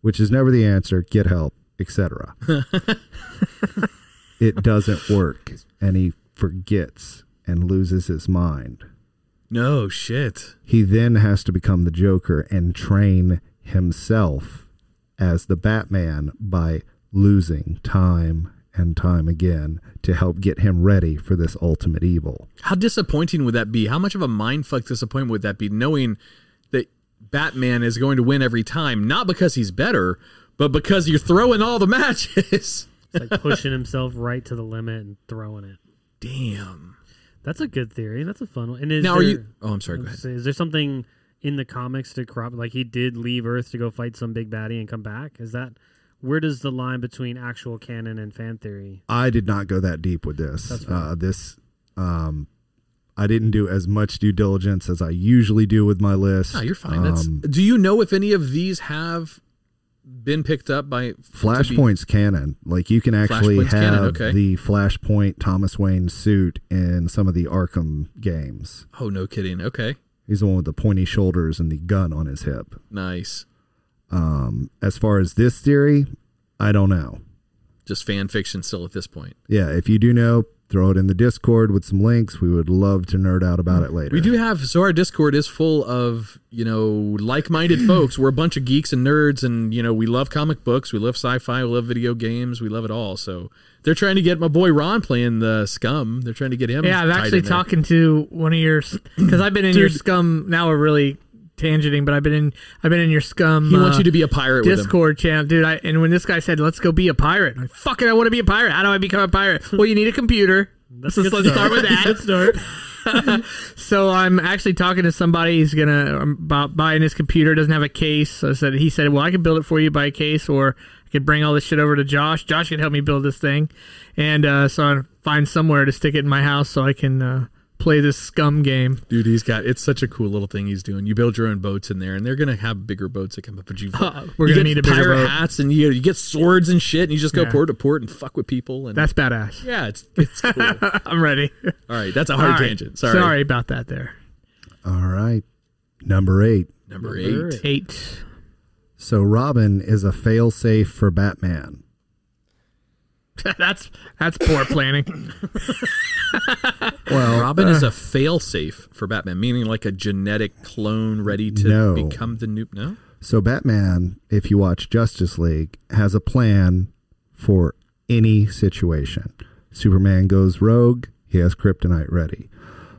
which is never the answer. Get help, etc. it doesn't work. And he forgets and loses his mind. No shit. He then has to become the Joker and train himself as the Batman by losing time and time again to help get him ready for this ultimate evil. How disappointing would that be? How much of a mindfuck disappointment would that be knowing that Batman is going to win every time, not because he's better, but because you're throwing all the matches. it's like pushing himself right to the limit and throwing it. Damn. That's a good theory. That's a fun one. And is Now, are there, you- oh, I'm sorry, go I was ahead. gonna say, Is there something in the comics to crop? Like he did leave Earth to go fight some big baddie and come back. Is that where does the line between actual canon and fan theory? I did not go that deep with this. That's Uh, this, um, I didn't do as much due diligence as I usually do with my list. No, you're fine. That's, Um, do you know if any of these have been picked up by to be- Flashpoint's canon. Like you can actually Flashpoint's have canon, okay. the Flashpoint Thomas Wayne suit in some of the Arkham games. Oh, no kidding. Okay. He's the one with the pointy shoulders and the gun on his hip. Nice. Um, as far as this theory, I don't know. Just fan fiction still at this point. Yeah, if you do know, Throw it in the Discord with some links. We would love to nerd out about it later. We do have so our Discord is full of you know like-minded folks. We're a bunch of geeks and nerds, and you know we love comic books, we love sci-fi, we love video games, we love it all. So they're trying to get my boy Ron playing the Scum. They're trying to get him. Yeah, I'm tied actually in there. talking to one of your because I've been in your Dude. scum. Now we're really tangenting, but I've been in I've been in your scum. uh, He wants you to be a pirate with him. Discord channel, dude. I, and when this guy said, "Let's go be a pirate," I'm like, "Fuck it, I want to be a pirate. How do I become a pirate?" well, you need a computer. That's So a good let's start start. with that. Good start. so I'm actually talking to somebody. He's gonna um, bu- buying his computer. Doesn't have a case. So I said he said, "Well, I could build it for you by a case, or I could bring all this shit over to Josh. Josh could help me build this thing." And uh, so I find somewhere to stick it in my house so I can uh, play this scum game. Dude, he's got it's such a cool little thing he's doing. You build your own boats in there, and they're gonna have bigger boats that come up. But you, We're gonna you get need a bigger pirate boat. hats, and you you get swords and shit, and you just go Yeah. port to port and fuck with people. And That's badass. Yeah, it's it's cool. I'm ready. All right, that's a hard All right. tangent. Sorry, sorry about that. There, All right. Number eight. Number eight. eight. So Robin is a failsafe for Batman. that's that's poor planning. Well, Robin is uh, a failsafe for Batman, meaning like a genetic clone ready to No. become the new. No, So Batman, if you watch Justice League, has a plan for any situation. Superman goes rogue, he has kryptonite ready.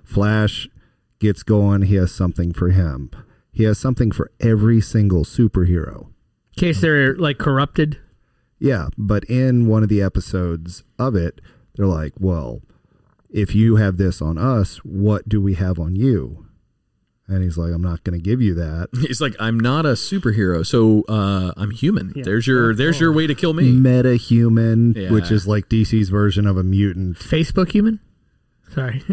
Flash gets going, he has something for him. He has something for every single superhero. In case they're like corrupted. Yeah, but in one of the episodes of it, they're like, "Well, if you have this on us, what do we have on you?" And he's like, "I'm not going to give you that." he's like I'm not a superhero, so uh, I'm human. there's Oh. your there's your way to kill me. Meta human, Yeah. which is like DC's version of a mutant. Facebook human? Sorry.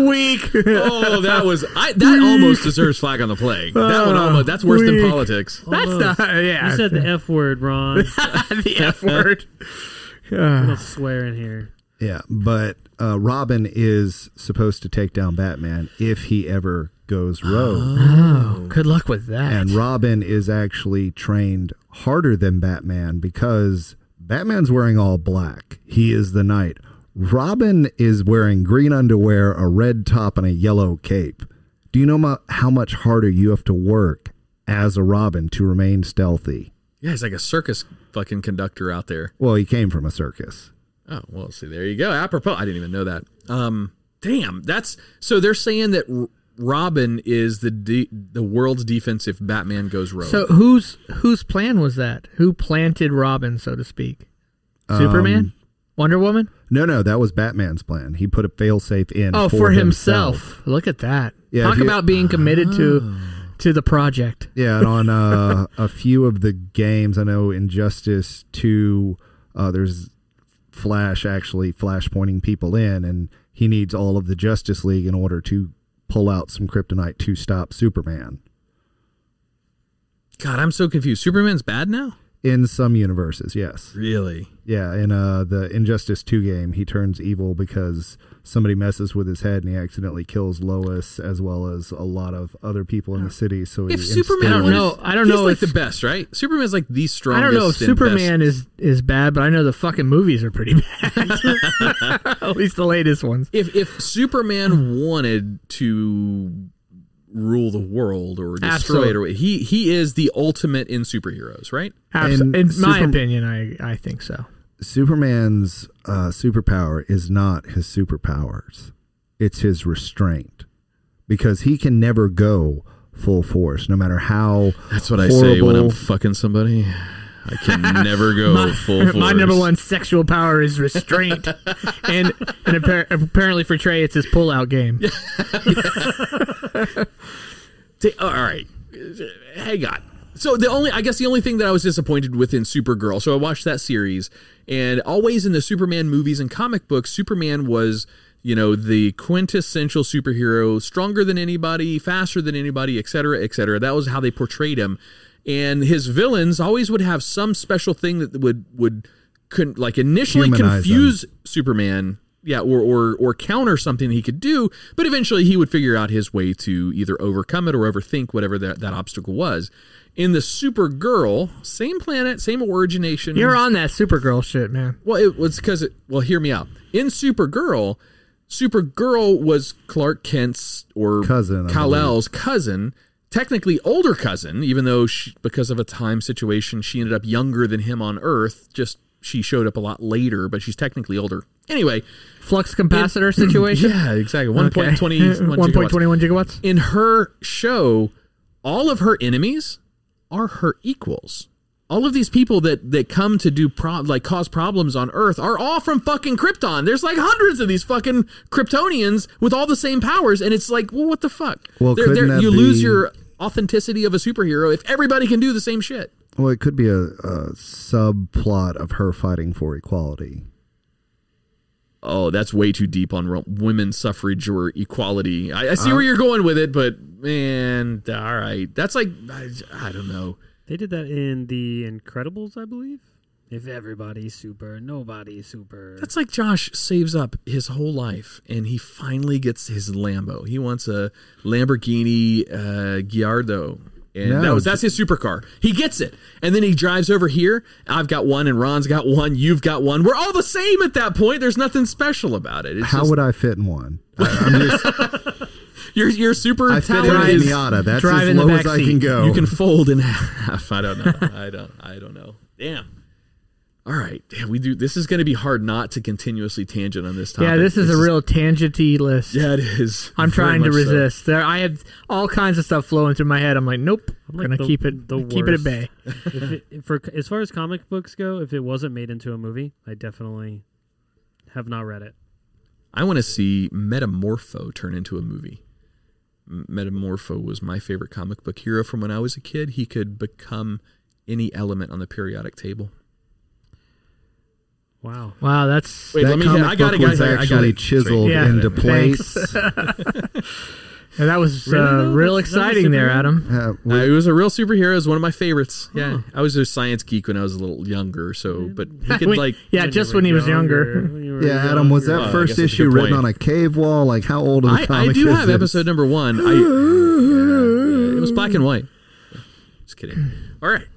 Weak. oh, that was I. That almost deserves flag on the play. That one Oh, almost. That's worse weak. than politics. That's Almost. not- yeah. You said the F word, Ron. the F word. I'm gonna swear in here. Yeah, but uh, Robin is supposed to take down Batman if he ever goes rogue. Oh, good luck with that. And Robin is actually trained harder than Batman because Batman's wearing all black. He is the knight. Robin is wearing green underwear, a red top, and a yellow cape. Do you know mu how much harder you have to work as a Robin to remain stealthy? Yeah, he's like a circus fucking conductor out there. Well, he came from a circus. Oh well, see there you go. Apropos, I didn't even know that. Um, damn, that's so they're saying that R- Robin is the de- the world's defense if Batman goes rogue. So whose whose plan was that? Who planted Robin, so to speak? Superman? Um, Wonder Woman? No, no, that was Batman's plan. He put a failsafe in. oh, for, himself. Look at that. Yeah, Talk if you- about being committed to Ah. to the project. Yeah, and on uh, a few of the games, I know Injustice Two, uh, there's Flash actually Flash pointing people in, and he needs all of the Justice League in order to pull out some kryptonite to stop Superman. God, I'm so confused. Superman's bad now. In some universes, yes, Really? yeah. In uh, the Injustice Two game, he turns evil because somebody messes with his head, and he accidentally kills Lois as well as a lot of other people in the city. So he If Superman, instead- was- know- I don't he's know like if- the best, right? Superman's like the I strongest. don't know if and best. Superman is is bad, but I know the fucking movies are pretty bad. At least the latest ones. If if Superman wanted to rule the world or destroy it, or Absolutely. he he is the ultimate in superheroes, right? Abs- And in my Superm- opinion, I I think so. Superman's uh, superpower is not his superpowers, it's his restraint because he can never go full force, no matter how. That's what I say when I'm horrible- fucking somebody. I can never go my, full force. my number one sexual power is restraint, and and appar- apparently for Trey, it's his pull-out game. Ta- all right, hang on. So the only, I guess, the only thing that I was disappointed with in Supergirl. So I watched that series, and always in the Superman movies and comic books, Superman was, you know, the quintessential superhero, stronger than anybody, faster than anybody, et cetera, et cetera. That was how they portrayed him, and his villains always would have some special thing that would would con- like initially Humanize them. confuse Superman yeah, or, or or counter something that he could do, but eventually he would figure out his way to either overcome it or overthink whatever that, that obstacle was. In the Supergirl, same planet, same origination. You're on that Supergirl shit, man. Well, it was because it. Well, hear me out. In Supergirl, Supergirl was Clark Kent's or Cousin, I Kal El's cousin, technically older cousin, even though she, because of a time situation, she ended up younger than him on Earth. Just she showed up a lot later, but she's technically older. Anyway, flux capacitor situation? Yeah, exactly. Okay. One point twenty one 1.21 gigawatts. In her show, all of her enemies are her equals. All of these people that that come to do pro- like cause problems on Earth are all from fucking Krypton. There's like hundreds of these fucking Kryptonians with all the same powers, and it's like, well, what the fuck? Well, They're- couldn't they're- that you lose be- your authenticity of a superhero if everybody can do the same shit. Well, it could be a, a subplot of her fighting for equality. Oh, that's way too deep on ro- women's suffrage or equality. I, I see where you're going with it, but man, all right, that's like I, I don't know. They did that in The Incredibles, I believe. If everybody's super, nobody's super. That's like Josh saves up his whole life and he finally gets his Lambo. He wants a Lamborghini uh, Gallardo. And No. that was that's his supercar. He gets it. And then he drives over here. I've got one and Ron's got one. You've got one. We're all the same at that point. There's nothing special about it. It's How just, would I fit in one? your your super I fit in talent a is Miata. That's Drive as in the low as I backseat. can go. You can fold in half. I don't know. I don't I don't know. Damn. All right. Damn, we do this is gonna be hard not to continuously tangent on this topic. Yeah, this is a real. real tangenty list. Yeah, it is. I'm Very trying to much so. resist. There, I have all kinds of stuff flowing through my head. I'm like, nope, I'm like gonna the- keep it, the keep it at worst. bay. if it, if for as far as comic books go, if it wasn't made into a movie, I definitely have not read it. I want to see Metamorpho turn into a movie. M- Metamorpho was my favorite comic book hero from when I was a kid. He could become any element on the periodic table. Wow. Wow, that's Wait, That let me- comic I got it, book was guys, I- I got actually it. chiseled Yeah, into thanks. place. Yeah, that was Really, uh, though? real That's- that was exciting there, Superman? Adam. Uh, it was a real superhero. Is one of my favorites. Yeah, I was a science geek when I was a little younger. So, but he could Wait, like yeah, When you just were when he was younger. younger. When you were Yeah, Adam, was that Oh, I guess first that's a issue good written point. on a cave wall? Like, how old of the I, I comic do is have this? episode number one. I, yeah, it was black and white. Just kidding. All right.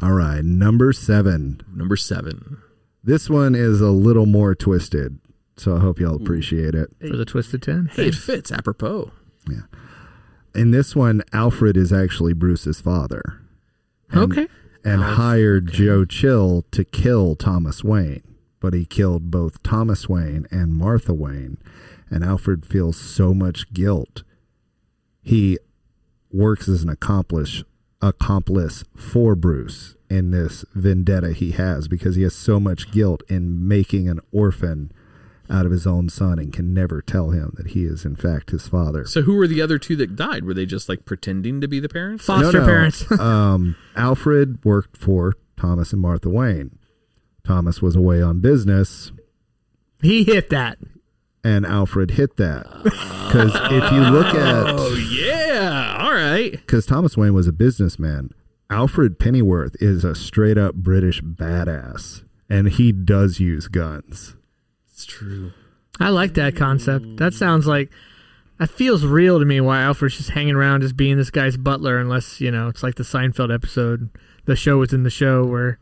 All right, number seven. Number seven. This one is a little more twisted, so I hope y'all appreciate it. For the Twisted Ten. Hey, it fits apropos. In this one, Alfred is actually Bruce's father. okay. and hired Joe Chill to kill Thomas Wayne. But he killed both Thomas Wayne and Martha Wayne. And Alfred feels so much guilt. He works as an accomplice accomplice for Bruce in this vendetta he has because he has so much guilt in making an orphan out of his own son and can never tell him that he is in fact his father. So who were the other two that died? Were they just like pretending to be the parents? No, no. um, Alfred worked for Thomas and Martha Wayne. Thomas was away on business, He hit that. and Alfred hit that because if you look Oh at yeah. All right. because Thomas Wayne was a businessman, Alfred Pennyworth is a straight up British badass, and he does use guns. It's true. I like that concept. That sounds like that feels real to me. Why Alfred's just hanging around, just being this guy's butler, unless you know it's like the Seinfeld episode, the show within the show, where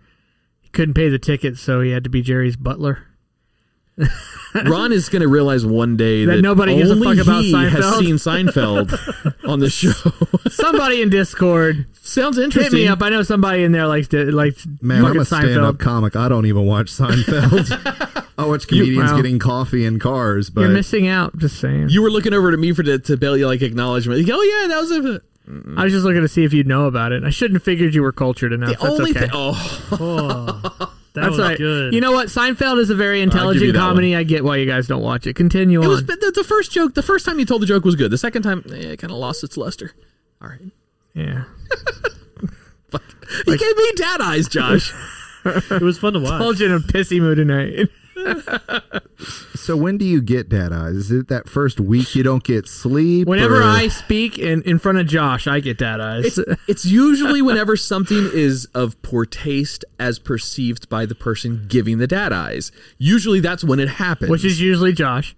he couldn't pay the ticket, so he had to be Jerry's butler. Ron is going to realize one day that, That nobody gives a only fuck about he has Seinfeld. seen Seinfeld on the show. Somebody in Discord sounds hit me interesting. up. I know somebody in there likes to, likes Man, I'm fucking a stand up Seinfeld. comic. I don't even watch Seinfeld. I watch You- comedians wow. getting coffee in cars, but You're missing out. Just saying. You were looking over to me for the to bail you like acknowledgement. Like, oh yeah, that was a I was just looking to see if you'd know about it. I shouldn't have figured you were cultured enough. the That's only okay. thing. Oh, That That's was right. good. You know what? Seinfeld is a very intelligent that comedy. I get why you guys don't watch it. Continue it on. was but the, the first joke. The first time you told the joke was good. The second time, eh, it kind of lost its luster. All right. yeah. He gave me dad eyes, Josh. it was fun to watch. Bulge in a pissy mood tonight. So when do you get dad eyes? Is it that first week you don't get sleep? Whenever or- I speak in, in front of Josh, I get that eyes. It's, it's usually whenever something is of poor taste as perceived by the person giving the dad eyes. Usually that's when it happens. Which is usually Josh.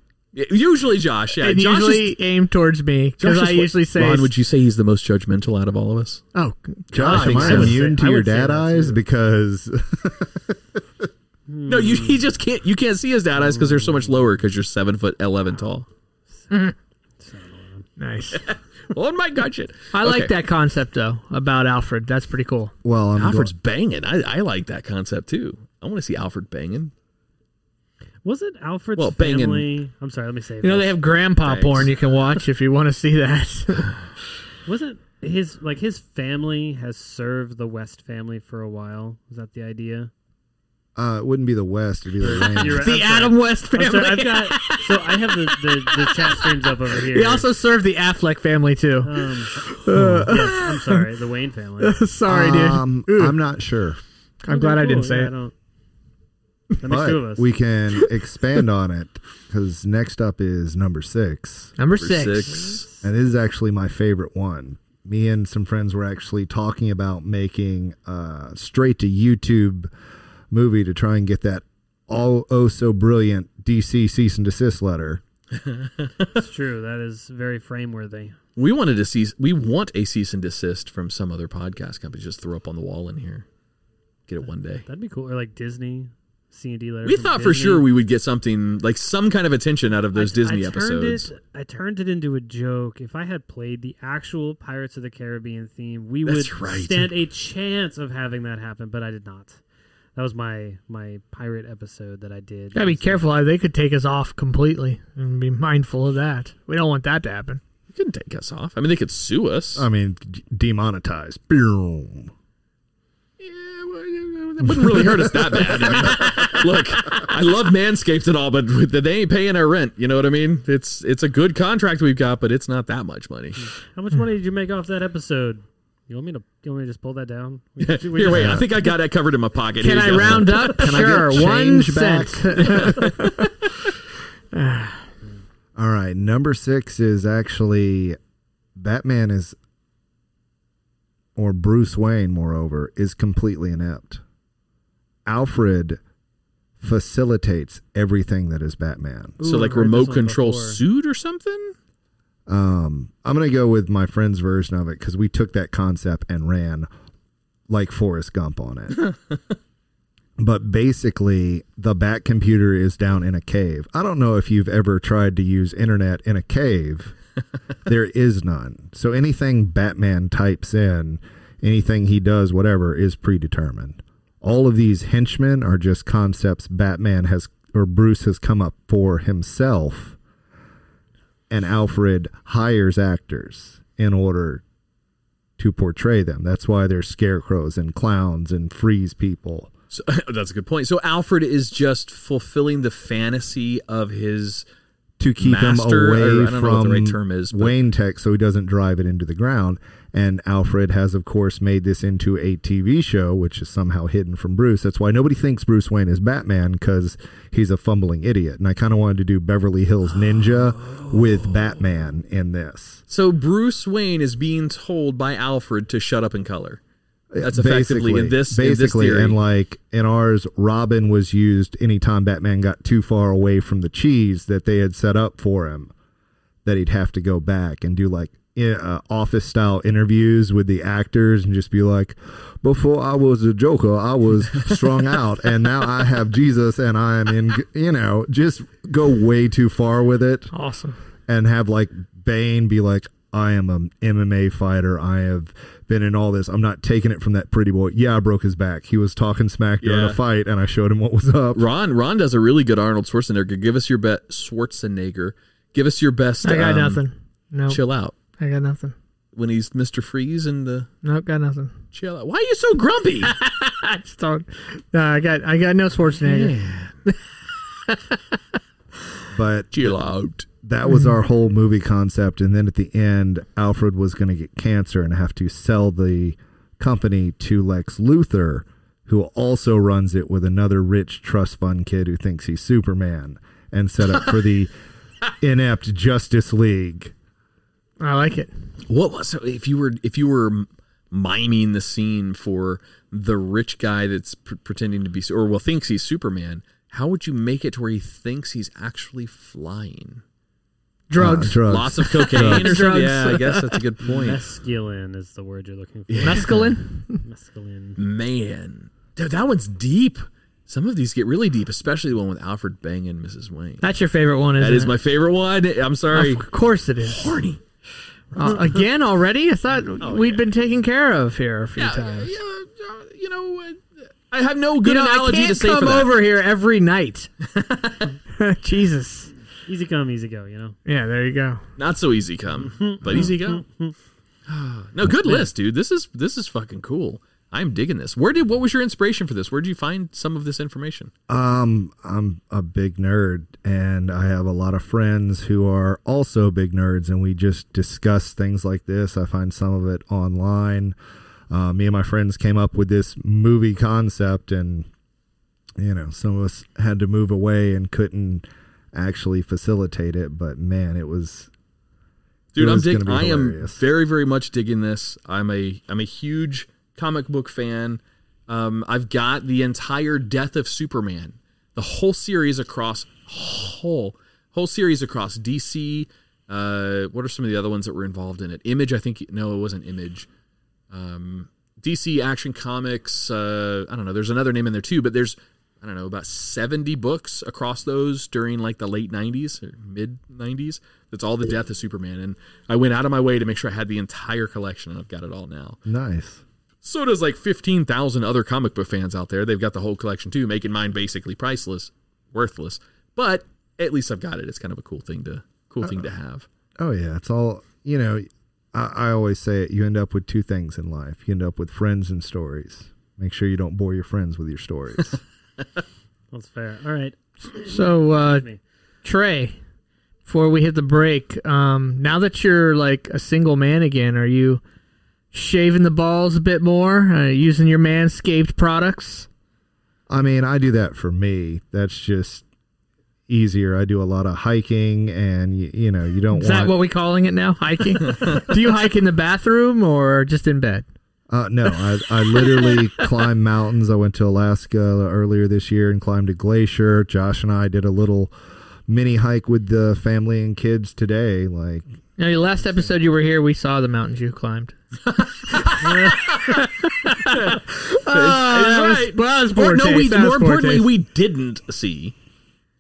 Usually Josh, yeah. and Josh is- usually aimed towards me because Josh is I what- usually say, Ron, would you say he's the most judgmental out of all of us? "Oh, Josh, I am think I so. immune I to your would say dad that eyes? Because No, Mm-hmm. you he just can't. You can't see his dad eyes because they're so much lower because you're seven foot eleven tall. nice." oh my god, shit! I like Okay. that concept though about Alfred. That's pretty cool. Well, Alfred's banging. I, I like that concept too. I want to see Alfred banging. Was it Alfred's Well, banging- family? I'm sorry, let me say. You know they have grandpa Thanks. porn you can watch if you want to see that. Wasn't his like his family has served the West family for a while? Is that the idea? uh, it wouldn't be the West, it'd be the Rams. You're right, I'm sorry. I'm sorry, I've got so I have the, the, the chat streams up over here. Um, He also served the Affleck family too. hmm, yes, I'm sorry, the Wayne family. sorry, dude. Um, Ooh. I'm not sure. I'm glad I didn't say it. it. That makes But two of us. we can expand on it because next up is number six. Number Number six. six. And this is actually my favorite one. Me and some friends were actually talking about making a straight to YouTube movie to try and get that all oh so brilliant DC cease and desist letter. it's true. That is very frame worthy. We wanted to cease. We want a cease and desist from some other podcast company. Just throw up on the wall in here. Get it one day. That'd be cool. Or like Disney, C and D letter. We from thought for Disney. sure we would get something like some kind of attention out of those Disney I turned episodes. It, I turned it into a joke. If I had played the actual Pirates of the Caribbean theme, we That's would right. stand a chance of having that happen, but I did not. That was my my pirate episode that I did. Gotta be careful. They could take us off completely, and be mindful of that. We don't want that to happen. You couldn't take us off. I mean, they could sue us. I mean, d- demonetized. Boom. It wouldn't really hurt us that bad. I mean, look, I love Manscaped and all, but with the- they ain't paying our rent. You know what I mean? It's it's a good contract we've got, but it's not that much money. How much money did you make off that episode? You want me to? You want me to just pull that down? We- we Here, just- wait. I think I got that covered in my pocket. Can Here I you go. round up? sure, one cent. All right, number six is actually Batman is, or Bruce Wayne, moreover, is completely inept. Alfred facilitates everything that is Batman. so like remote control suit or something? Um, I'm gonna go with my friend's version of it because we took that concept and ran like Forrest Gump on it. but basically, the Bat computer is down in a cave. I don't know if you've ever tried to use internet in a cave. there is none. So anything Batman types in, anything he does, whatever, is predetermined. All of these henchmen are just concepts Batman has or Bruce has come up for himself and Alfred hires actors in order to portray them. That's why there's scarecrows and clowns and freeze people. So, that's a good point. So Alfred is just fulfilling the fantasy of his to keep master, him or away I don't from know what the right term is. but- Wayne Tech so he doesn't drive it into the ground. And Alfred has, of course, made this into a TV show, which is somehow hidden from Bruce. That's why nobody thinks Bruce Wayne is Batman because he's a fumbling idiot. And I kind of wanted to do Beverly Hills Ninja with Batman in this. So Bruce Wayne is being told by Alfred to shut up and color. That's effectively in this in this basically theory. and like in ours robin was used anytime batman got too far away from the cheese that they had set up for him that he'd have to go back and do like i- uh, office style interviews with the actors and just be like before i was a joker i was strung out and now i have jesus and i am in g-" you know just go way too far with it Oh, awesome and have like Bane be like, I am an MMA fighter. I have been in all this. I'm not taking it from that pretty boy. Yeah, I broke his back. He was talking smack during Yeah. a fight, and I showed him what was up. Ron Ron does a really good Arnold Schwarzenegger. Give us your best Schwarzenegger. Give us your best. I got um, nothing. No, Chill out I got nothing. when he's Mr. Freeze and the Nope, got nothing. chill out. Why are you so grumpy? I just don't. No, I got. I got no Schwarzenegger. But chill out. That was our whole movie concept. And then at the end, Alfred was going to get cancer and have to sell the company to Lex Luthor who also runs it with another rich trust fund kid who thinks he's Superman and set up for the inept Justice League. I like it. What was if you were if you were miming the scene for the rich guy that's pr- pretending to be or well thinks he's Superman? How would you make it to where he thinks he's actually flying? Drugs. Uh, drugs. Lots of cocaine or Drugs. something. Yeah, I guess that's a good point. Mescaline is the word you're looking for. Mescaline? Mescaline. Man, dude, that one's deep. Some of these get really deep, especially the one with Alfred Bang and Mrs. Wayne. That's your favorite one, isn't That is it? my favorite one. I'm sorry. Of course it is. Horny. Uh, again already? I thought Oh, we had been taken care of here a few times. you know, uh, I have no good You know, analogy I can't to say come for that. over here every night. Jesus. Easy come, easy go. You know. Yeah, there you go. Not so easy come, Mm-hmm, but easy go. no, good list, dude. This is this is fucking cool. I'm digging this. Where did what was your inspiration for this? Where did you find some of this information? Um, I'm a big nerd, and I have a lot of friends who are also big nerds, and we just discuss things like this. I find some of it online. Uh, me and my friends came up with this movie concept, and you know, some of us had to move away and couldn't actually facilitate it. But man, it was Dude, it I'm was gonna digging. be I am hilarious. very very much digging this. I'm a I'm a huge comic book fan. Um, I've got the entire Death of Superman, the whole series across whole whole series across DC. Uh, what are some of the other ones that were involved in it? Image, I think. No, it wasn't Image. um, DC Action Comics. Uh, I don't know. There's another name in there too, but there's I don't know about 70 books across those during like the late 90s or mid 90s. That's all the death of Superman, and I went out of my way to make sure I had the entire collection, and I've got it all now. nice. So does like 15,000 other comic book fans out there. They've got the whole collection too, making mine basically priceless, worthless. But at least I've got it. It's kind of a cool thing to cool thing to have. Oh yeah, it's all you know. I, I always say it. You end up with two things in life. You end up with friends and stories. Make sure you don't bore your friends with your stories. That's fair. All right. So, uh, Trey, before we hit the break, um, now that you're like a single man again, are you shaving the balls a bit more? Uh, using your manscaped products? I mean, I do that for me. That's just easier. I do a lot of hiking, and you, you know, you don't Is that want. what we're calling it now? Hiking? Do you hike in the bathroom or just in bed? uh, no, I, I literally climb mountains. I went to Alaska earlier this year and climbed a glacier. Josh and I did a little mini hike with the family and kids today. Like, Now, your last episode you were here, we saw the mountains you climbed. that was- well, that was poor Or no, taste. we, That was more poor importantly, taste. we didn't see.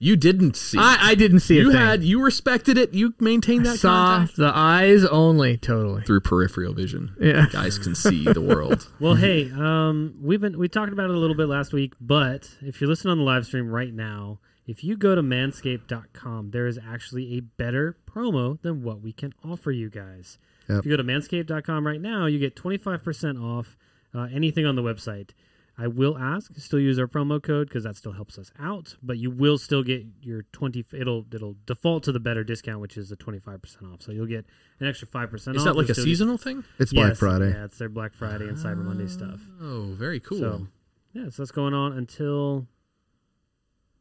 You didn't see. I, I didn't see a you thing. had you respected it. You maintained that saw contact the eyes only, totally through peripheral vision. Yeah. guys can see the world. Well, hey, um, we've been we talked about it a little bit last week, but if you're listening on the live stream right now, if you go to manscaped.com, there is actually a better promo than what we can offer you guys. Yep. If you go to manscaped.com right now, you get 25% off uh, anything on the website. I will ask, still use our promo code because that still helps us out, but you will still get your 20 it'll it'll default to the better discount which is the 25% off. So you'll get an extra 5% off. Is that like You'll a still get- seasonal thing? it's Black Yes, Friday. Yeah, it's their Black Friday Uh-huh. and Cyber Monday stuff. Oh, very cool. So, yeah, so that's going on until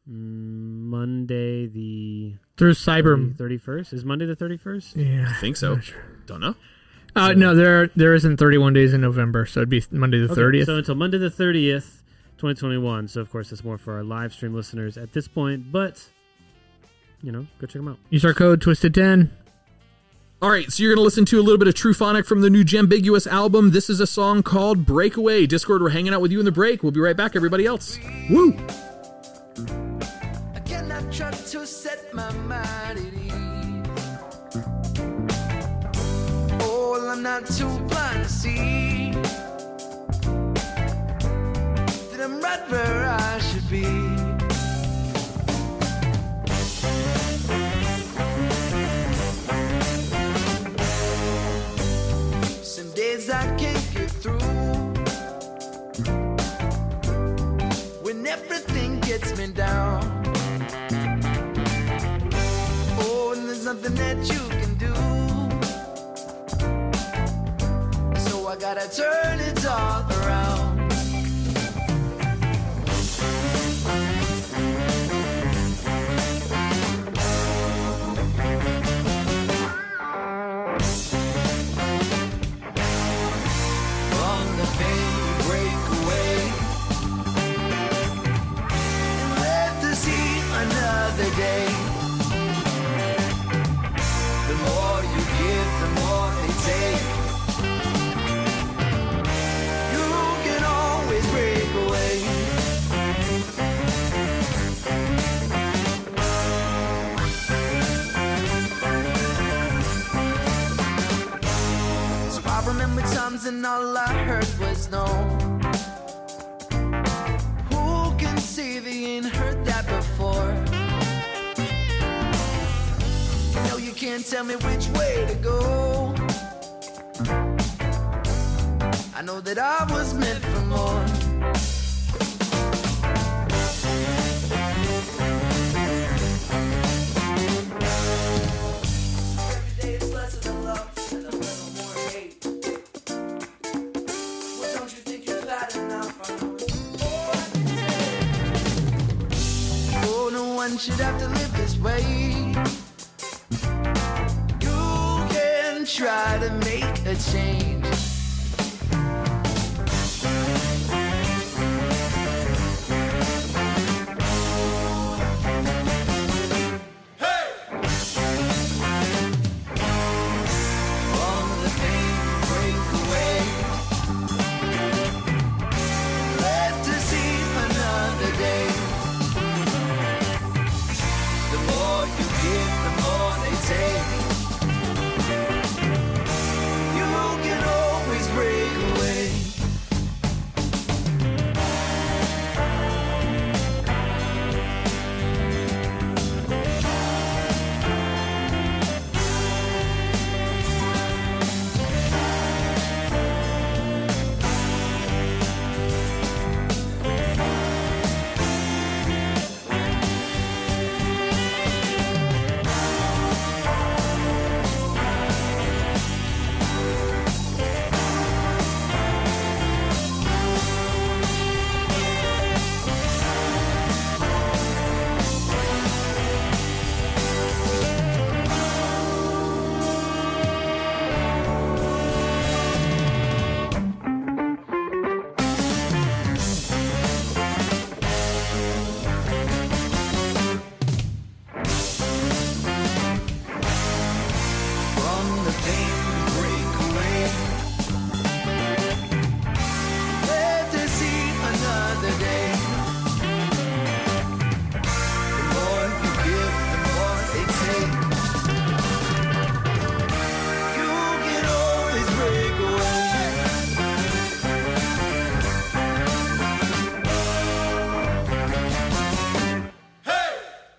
mm, Monday the through cyber. thirty first. Is Monday the thirty first? Yeah, I think so. Don't know. Uh, no, there there isn't 31 days in November, so it'd be Monday the 30th. So until Monday the thirtieth, twenty twenty one. So of course it's more for our live stream listeners at this point, but you know, go check them out. Use our code Twisted10. All right, so you're going to listen to a little bit of True Phonic from the new Jambiguous album. This is a song called Breakaway. Discord, we're hanging out with you in the break. We'll be right back, everybody else. Woo! Again, I tried to set my mind at ease. Oh, well, I'm not too blind to see that I'm right where I should be. Some days I can't get through when everything gets me down. Oh, and there's nothing that you can do. So I gotta turn it all around. I remember times and all I heard was no. Who can say they ain't heard that before? No, you can't tell me which way to go. I know that I was meant for more. Oh, no one should have to live this way. You can try to make a change. From the pain, break away. Let us see another day. The more you give, the more they take. You can always break away. From the pain, break away. Let us see another day. The more you give, the more they take. You can always break away.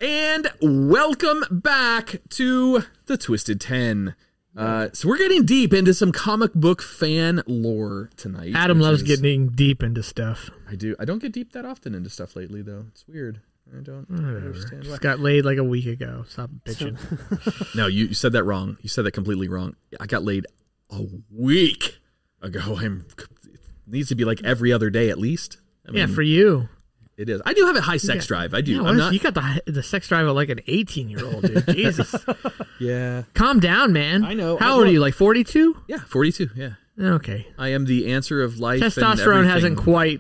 And welcome back to the Twisted 10. Uh, so we're getting deep into some comic book fan lore tonight. Adam which loves is- getting deep into stuff. I do. I don't get deep that often into stuff lately, though. It's weird. I don't Whatever. understand why. Just got laid like a week ago. Stop bitching. no, you, you said that wrong. You said that completely wrong. I got laid a week ago. I'm it needs to be like every other day at least. I yeah, for you. It is. I do have a high You sex got- drive. I do. Yeah, what I'm is- not. You got the the sex drive of like an eighteen year old, dude. Jesus, yeah. calm down, man. I know. How I- old are look- you? Like forty two? Yeah, 42. Yeah. Okay. I am the answer of life. and Testosterone hasn't everything. quite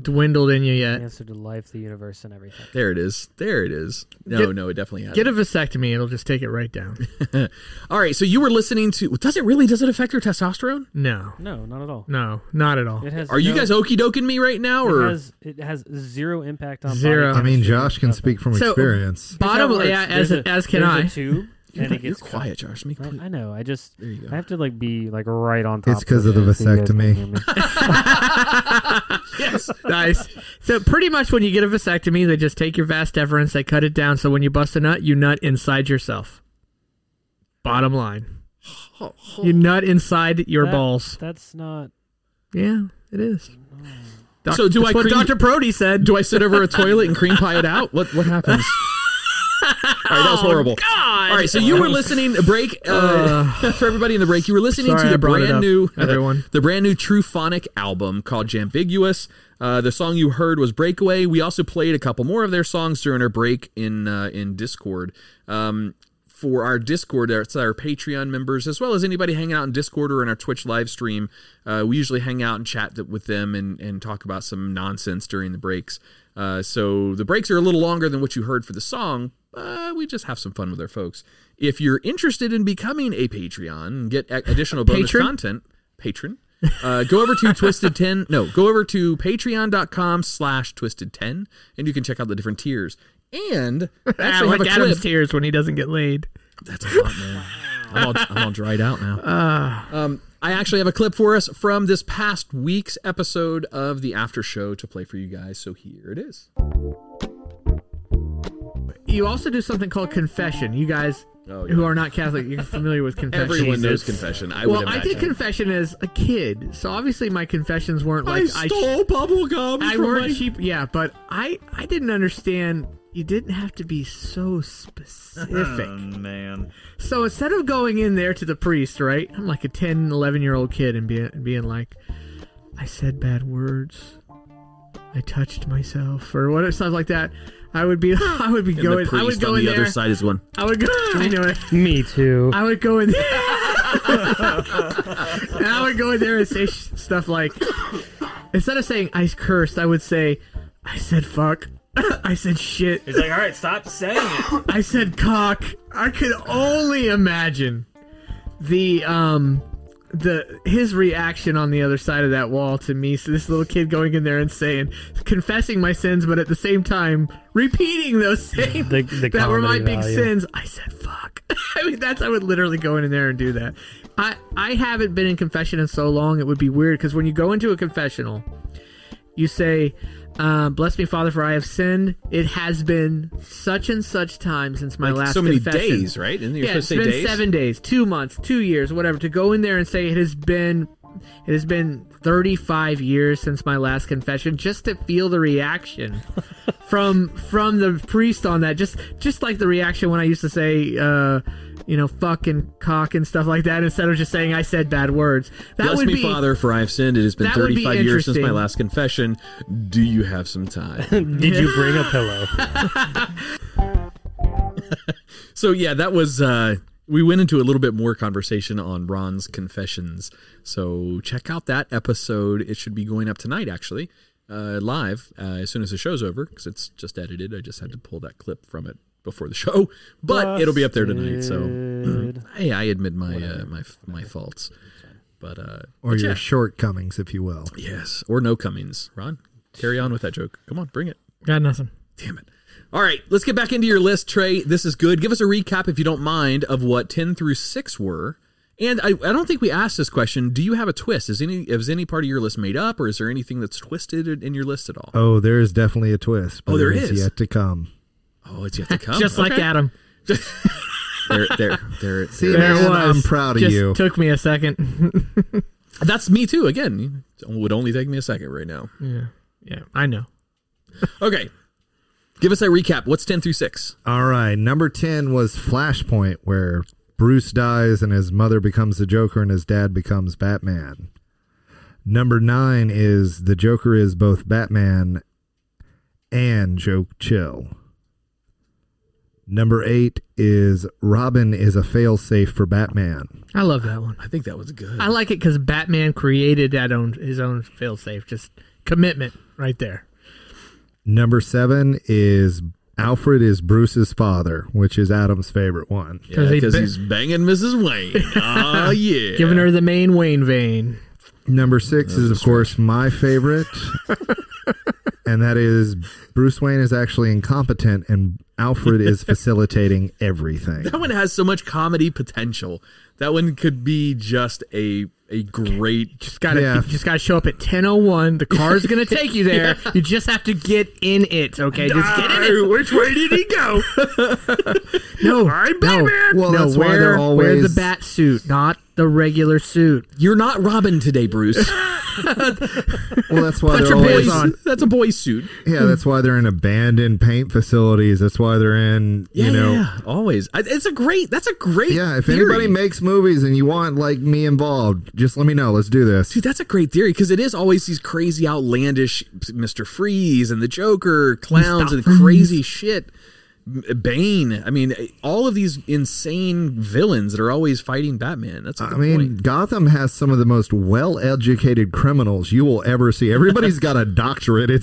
dwindled in you yet. Answer to life, the universe, and everything. There it is. There it is. No, Get- no, it definitely hasn't. Get a vasectomy; it'll just take it right down. All right. So you were listening to. Does it really? Does it affect your testosterone? No, No, not at all. no, not at all. It has Are you no- guys okey doking me right now? Or It has, it has zero impact on Zero. Body I mean, chemistry. Josh can speak from So, experience. Here's how it Bottom- works. yeah, as- There's a- as can there's a I. tube, You're and not- it gets you're quiet, Josh. Make- I, I know. I just I have to like be like right on top. It's 'cause of it the so you guys can vasectomy. hear me. yes, nice. So pretty much, when you get a vasectomy, they just take your vas deferens, they cut it down, so when you bust a nut, you nut inside yourself. Bottom line, you nut inside your That- balls. That's not. Yeah, it is. Doc- so do that's I? What cream- Doctor Brody said. Do I sit over a toilet and cream pie it out? What what happens? All right, that was horrible. Oh, God. All right, so you were listening break uh, for everybody in the break. You were listening Sorry, to I the brought it brand up, new everyone. the brand new True Phonic album called Jambiguous. Uh, the song you heard was Breakaway. We also played a couple more of their songs during our break in uh, in Discord. Um, for our Discord, it's our Patreon members, as well as anybody hanging out in Discord or in our Twitch live stream. Uh, we usually hang out and chat th- with them and, and talk about some nonsense during the breaks. Uh, so the breaks are a little longer than what you heard for the song, but we just have some fun with our folks. If you're interested in becoming a Patreon and get a- additional bonus Patron? content, patron, uh, go over to Twisted10. No, go over to patreon.com slash Twisted10 and you can check out the different tiers. And I like actually have a clip. Adam's tears when he doesn't get laid. That's a lot, man. I'm all, I'm all dried out now. Ah. Um, I actually have a clip for us from this past week's episode of the after show to play for you guys. So here it is. You also do something called confession. You guys yeah. who are not Catholic, you're familiar with confession. Everyone knows confession, I would well, I did imagine. confession as a kid, so obviously my confessions weren't like I stole bubble gum. I from weren't my- cheap. Yeah, but I I didn't understand. You didn't have to be so specific. Oh, man. So instead of going in there to the priest, right? I'm like a 10, 11 year old kid and being, being like, I said bad words. I touched myself or whatever stuff like that. I would be, I would be And the going, I would priest go on in the other there. side is one. I would go, I know it. Me too. I would go in there. and I would go in there and say sh- stuff like, instead of saying I cursed, I would say, I said fuck. I said shit. He's like, all right, stop saying it. I said cock. I could only imagine the um the his reaction on the other side of that wall to me. So this little kid going in there and saying, confessing my sins, but at the same time repeating those same The- the that were Oh, my comedy big value. sins. I said fuck. I mean, that's I would literally go in there and do that. I I haven't been in confession in so long. It would be weird because when you go into a confessional, you say, uh, "Bless me, Father, for I have sinned. It has been such and such time since my Like, last so many confession." days, right? Isn't it- you're yeah, supposed to it's say been days? seven days, two months, two years, whatever. To go in there and say it has been, it has been thirty-five years since my last confession, just to feel the reaction from from the priest on that. Just just like the reaction when I used to say. Uh, you know, fuck and cock and stuff like that. Instead of just saying I said bad words, that Bless would me, be Father, for I have sinned. It has been That would be 35 years since my interesting. last confession. Do you have some time? Did you bring a pillow? So yeah, that was. uh We went into a little bit more conversation on Ron's confessions. So check out that episode. It should be going up tonight, actually, uh, live uh, as soon as the show's over because it's just edited. I just had to pull that clip from it before the show, but it'll be up there tonight. So hey, I admit my uh, my my faults, but uh, or but your yeah. shortcomings, if you will. yes or no comings, Ron. Carry on with that joke. Come on, bring it. Got nothing. All right, let's get back into your list, Trey. This is good. Give us a recap, if you don't mind, of what ten through six were. And I, I don't think we asked this question. Do you have a twist? Is any is any part of your list made up, or is there anything that's twisted in- in your list at all? Oh, there is definitely a twist. But Oh, there it is. yet to come. Oh, it's yet to come. Just like Okay. Adam. There, there, there. See, there it man, is. I'm proud of Just you. Took me a second. That's me too. Again, it would only take me a second right now. yeah, yeah, I know. Okay, give us a recap. What's ten through six? All right, number ten was Flashpoint, where Bruce dies and his mother becomes the Joker and his dad becomes Batman. Number nine is the Joker is both Batman and Joke Chill. Number eight is Robin is a failsafe for Batman. I love that one. I think that was good. I like it because Batman created that own his own failsafe. Just commitment right there. Number seven is Alfred is Bruce's father, which is Adam's favorite one. Yeah, because he's banging Mrs. Wayne. Oh yeah, giving her the main Wayne vein. Number six is, of course, my favorite, and that is Bruce Wayne is actually incompetent, and Alfred is facilitating everything. That one has so much comedy potential. That one could be just a a great. Just Got to just got to show up at ten oh one. The car's gonna take you there. You just have to get in it. Okay, just get in it. Which way did he go? No, no. Well, no, that's wear, why they're wear always- the bat suit, not the regular suit. You're not Robin today, Bruce. Well, that's why Put they're your always boys on. That's a boy suit. Yeah, that's why they're in abandoned paint facilities. That's why they're in, Yeah, you know. yeah, yeah, always. I- It's a great. That's a great. Yeah, if theory. anybody makes movies and you want like me involved, just let me know. Let's do this. Dude, that's a great theory because it is always these crazy, outlandish Mr. Freeze and the Joker, clowns Mr. and crazy shit. M- uh, Bane. I mean, uh, all of these insane villains that are always fighting Batman. That's a good I mean, point. Gotham has some of the most well-educated criminals you will ever see. Everybody's got a doctorate, it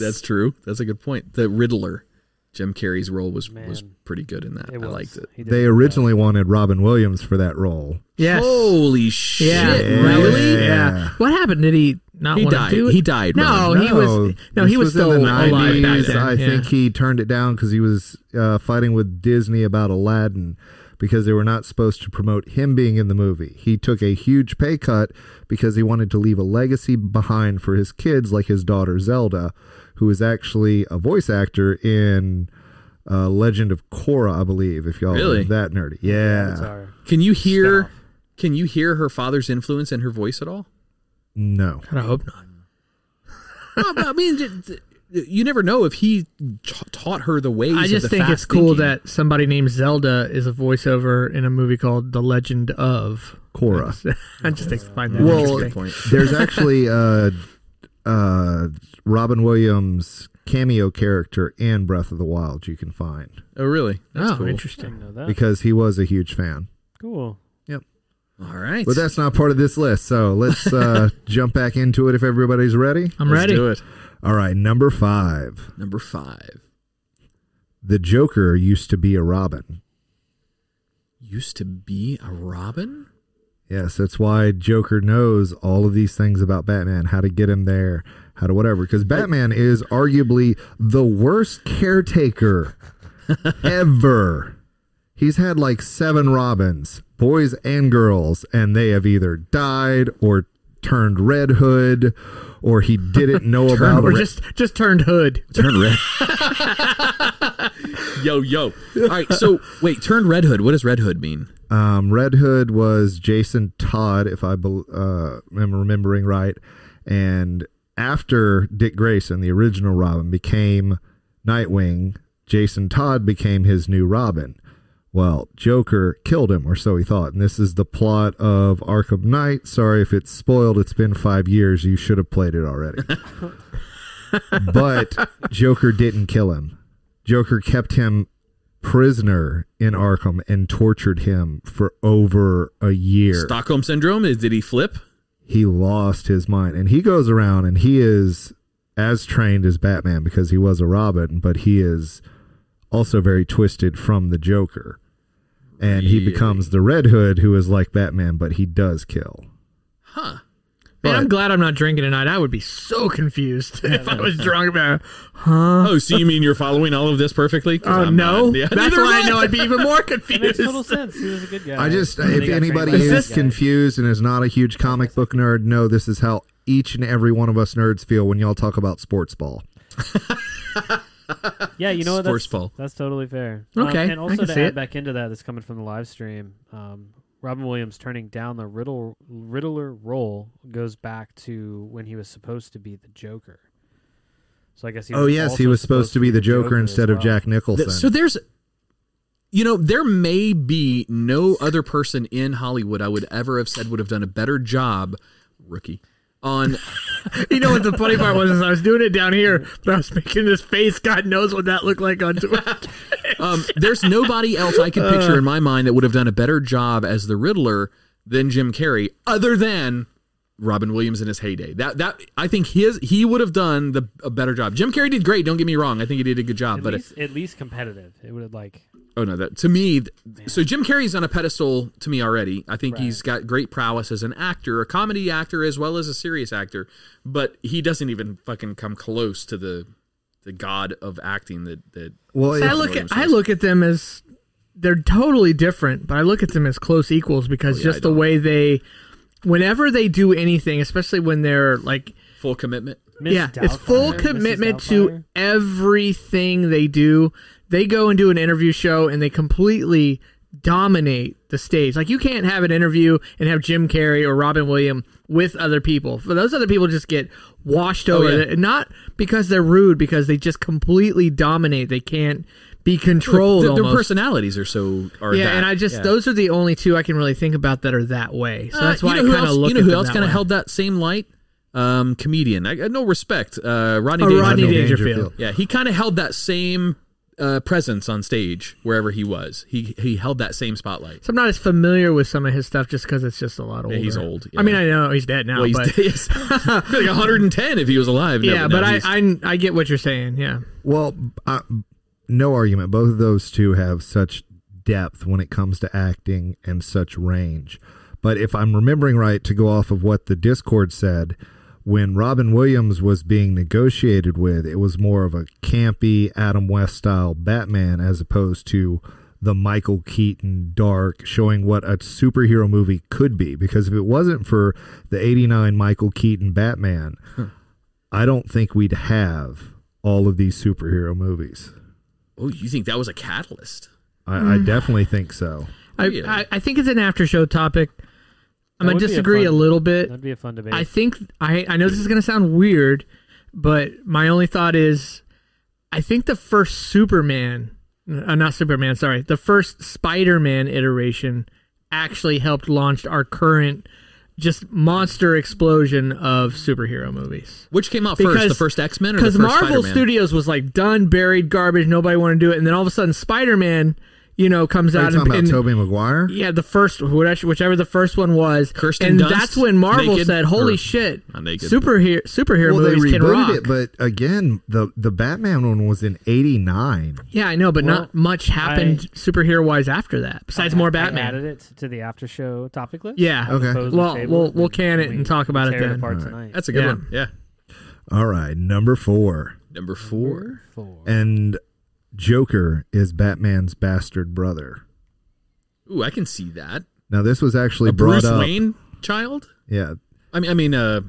That's true. That's a good point. The Riddler, Jim Carrey's role was was pretty good in that. I liked it. they originally wanted Robin Williams for that role. Yes. Holy shit! Yeah, Really? Yeah. What happened? Did he not He want died. to do it? He died, No, Ron. he was. No, he this was, still in the alive. back 90s. then. I Yeah. think he turned it down because he was uh, fighting with Disney about Aladdin. because they were not supposed to promote him being in the movie. He took a huge pay cut because he wanted to leave a legacy behind for his kids, like his daughter Zelda, who is actually a voice actor in uh, Legend of Korra, I believe. If y'all Really? are that nerdy, yeah. Can you hear? Can you hear her father's influence in her voice at all? No, I hope not. no, but I mean, j- j- you never know if he t- taught her the ways. I of just the think fast it's cool thinking. that somebody named Zelda is a voiceover in a movie called The Legend of Korra. I just think find that well, interesting. there's actually uh, uh, Robin Williams cameo character in Breath of the Wild you can find Oh, really? Oh, interesting. Didn't know that. because he was a huge fan. cool. Yep. All right. But that's not part of this list, so let's uh, jump back into it if everybody's ready. I'm Let's ready. do it. All right, number five. Number five The Joker used to be a Robin. used to be a Robin. Yes, that's why Joker knows all of these things about Batman, how to get him there, how to whatever. Because Batman is arguably the worst caretaker ever. He's had like seven Robins, boys and girls, and they have either died or turned Red Hood, or he didn't know about. or Re- just just turned hood. Turned red. Yo, yo. All right. So wait, turned Red Hood. What does Red Hood mean? Um, Red Hood was Jason Todd, if I bel uh, am remembering right. And after Dick Grayson, the original Robin, became Nightwing, Jason Todd became his new Robin. Well, Joker killed him, or so he thought. And this is the plot of Arkham Knight. Sorry if it's spoiled. It's been five years. You should have played it already. but Joker didn't kill him. Joker kept him prisoner in Arkham and tortured him for over a year. Stockholm syndrome. Is Did he flip? He lost his mind. And he goes around and he is as trained as Batman because he was a Robin, but he is also very twisted from the Joker. And he becomes the Red Hood, who is like Batman, but he does kill. Huh. Man, I'm glad I'm not drinking tonight. I would be so confused if I was drunk about. Huh? Oh, so you mean you're following all of this perfectly? 'Cause Oh I'm no! not. Yeah, That's neither why am I know I'd be even more confused. Makes total sense. He was a good guy. I just, And then if he got anybody trained by this is guy. confused and is not a huge comic book nerd, no, this is how each and every one of us nerds feel when y'all talk about sports ball. Yeah, you know what? Sports That's, ball. that's totally fair. Okay, Um, I and also can to see add it. back into that, that's coming from the live stream. Um, Robin Williams turning down the Riddle, Riddler role goes back to when he was supposed to be the Joker. So I guess he oh was yes, also he was supposed to be the Joker, as instead of well. Jack Nicholson. Th- So there's, you know, there may be no other person in Hollywood I would ever have said would have done a better job, rookie, on You know what the funny part was is I was doing it down here, but I was making this face. God knows what that looked like on Twitter. Um, there's nobody else I could picture in my mind that would have done a better job as the Riddler than Jim Carrey, other than Robin Williams in his heyday. That that I think his he would have done the a better job. Jim Carrey did great. Don't get me wrong. I think he did a good job, At but least, at least competitive. It would have like oh no, that to me. th- so Jim Carrey's on a pedestal to me already. I think he's got great prowess as an actor, a comedy actor as well as a serious actor, but he doesn't even fucking come close to the the god of acting that that. well, I if- look at I look at them as they're totally different, but I look at them as close equals because Oh, yeah, I just the don't. way they, whenever they do anything, especially when they're like full commitment. Oh, Miss yeah, it's full Doubtfire, Mrs. commitment to everything they do. They go and do an interview show and they completely dominate the stage. Like you can't have an interview and have Jim Carrey or Robin Williams with other people. For those other people just get washed Oh, over. yeah. They- Not because they're rude, because they just completely dominate. They can't be controlled. Their, their almost. personalities are so are yeah, that. and I just Yeah. those are the only two I can really think about that are that way. So Uh, that's why you know I who kind of else, look You know at who them else that kind way. of held that same light? Um, comedian. I, I- no respect. Uh, Rodney, Oh, Dangerfield. Rodney Rodney Dangerfield. Dangerfield. Yeah, he kind of held that same uh, presence on stage wherever he was. He he held that same spotlight. So I'm not as familiar with some of his stuff just because it's just a lot older. Yeah, he's old, yeah. I mean, I know he's dead now, well, he's but he's like 110 if he was alive. No, yeah, no, but I, he's- I I get what you're saying. Yeah, well, I, no argument. Both of those two have such depth when it comes to acting and such range. But if I'm remembering right, to go off of what the Discord said, when Robin Williams was being negotiated with, it was more of a campy Adam West style Batman as opposed to the Michael Keaton dark, showing what a superhero movie could be. Because if it wasn't for the 89 Michael Keaton Batman, I don't think we'd have all of these superhero movies. Oh, you think that was a catalyst? I, I Mm. definitely think so. I, I, I think it's an after show topic. I'm That gonna would be a disagree a, fun- little bit. that'd be a fun debate. I think I I know this is gonna sound weird, but my only thought is, I think the first Superman, uh, not Superman, sorry, the first Spider-Man iteration actually helped launch our current just monster explosion of superhero movies. Which came out first, the first X-Men or the Because first Marvel Spider-Man? Studios was like done, buried, garbage. Nobody wanted to do it, and then all of a sudden, Spider-Man. You know, comes Are you out talking and, about and Tobey Maguire? yeah, the first whichever whichever the first one was, Kirsten and Dunst, that's when Marvel naked, said, "Holy or- shit, not naked. superhero superhero movies they can rebooted rock." it, but again, the the Batman one was in '89. yeah, I know, but Well, not much happened superhero wise after that, besides I- more I Batman. added it to the after show topic list. Yeah. As Okay. opposed to Well, table we'll- and we'll we- can it we and talk about it tear then. apart All right. tonight. That's a good Yeah. one. Yeah. All right, number four, Number four. and Joker is Batman's bastard brother. Ooh, I can see that. Now this was actually A brought Bruce up. Wayne child? Yeah, I mean, I mean, uh,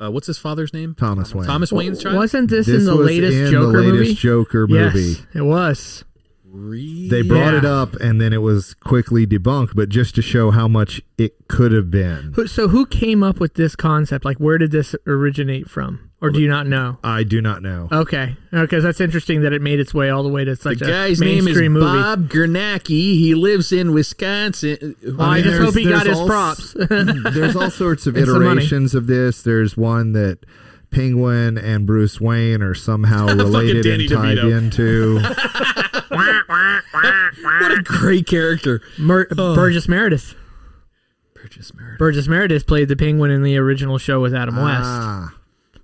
uh, what's his father's name? Thomas Wayne. Thomas Wayne's child. Wasn't this, This in the was latest in the Joker latest movie? Joker Yes, movie. it was. They brought Yeah. it up, and then it was quickly debunked. But just to show how much it could have been, Who- So who came up with this concept? Like, where did this originate from, or do you not know? I do not know. Okay, because that's interesting that it made its way all the way to such the a guy's name is mainstream movie. Bob Gernacki. He lives in Wisconsin. Well, I just hope he got his props. there's all sorts of And some money. iterations of this. There's one that Penguin and Bruce Wayne are somehow Fucking related Danny and tied DeVito. into. what a great character. Mer- Oh. Burgess Meredith. Burgess Meredith played the Penguin in the original show with Adam Ah. West.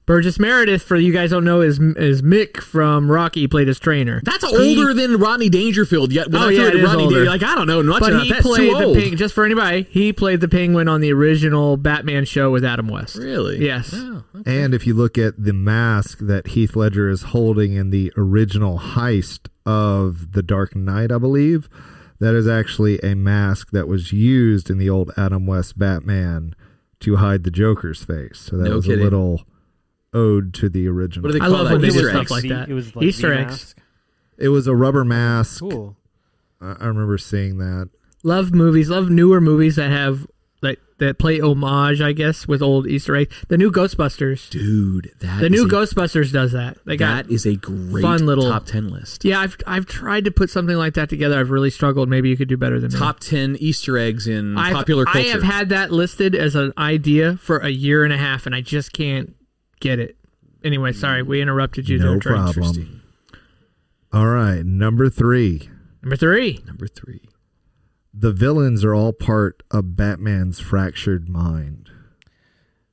Burgess Meredith, for you guys don't know, is is Mick from Rocky. He Played his trainer. That's He- older than Rodney Dangerfield. Yet when oh I yeah, feel it like is Rodney, older. Dan- like I don't know, much but about he that's played too old. the peng- Just for anybody, he played the Penguin on the original Batman show with Adam West. Really? Oh, Yes. And if you look at the mask that Heath Ledger is holding in the original heist of The Dark Knight, I believe, that is actually a mask that was used in the old Adam West Batman to hide the Joker's face. So that No was kidding. a little ode to the original. What do they I call love that? when they do Easter stuff eggs. like that. It was like Easter the eggs. mask. It was a rubber mask. Cool. I, I remember seeing that. Love movies. Love newer movies that have that that play homage, I guess, with old Easter eggs. The new Ghostbusters. Dude, that the is new a- Ghostbusters does that. They got that is a great fun little top ten list. Yeah, I've I've tried to put something like that together. I've really struggled. Maybe you could do better than me. Top ten Easter eggs in I've- popular culture. I have had that listed as an idea for a year and a half, and I just can't get it. Anyway, sorry we interrupted you. no there, Trey. problem. All right, number three. Number three. Number three. The villains are all part of Batman's fractured mind.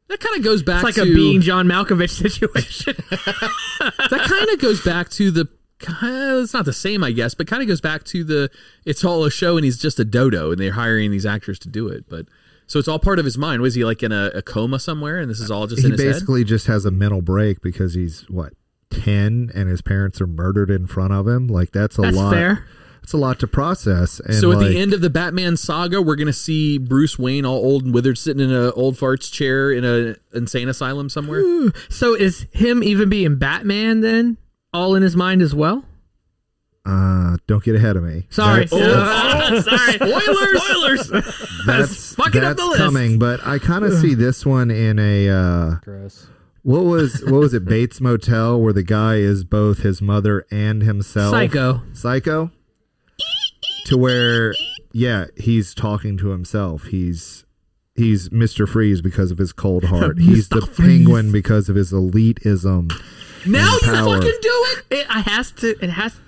That kind of goes back It's like to a being John Malkovich situation. that kind of goes back to the uh, it's not the same i guess but kind of goes back to the it's all a show and he's just a dodo and they're hiring these actors to do it but so it's all part of his mind was he like in a, a coma somewhere and this is all just he in his head basically just has a mental break because he's what ten and his parents are murdered in front of him. Like that's a That's lot. fair. It's a lot to process. And so at like, the end of the batman saga we're gonna see bruce wayne all old and withered sitting in a old farts chair in a insane asylum somewhere so is him even being Batman then all in his mind as well? uh, don't get ahead of me. Sorry. Oh. That's, that's- sorry. Spoilers. Spoilers. that's, fucking up that's the list. coming, but I kind of see this one in a uh, gross. What was what was it Bates Motel where the guy is both his mother and himself? Psycho. Psycho. to where, yeah, he's talking to himself. He's he's Mister Freeze because of his cold heart. he's the Penguin because of his elitism. Now and power. do it. It I has to. It has.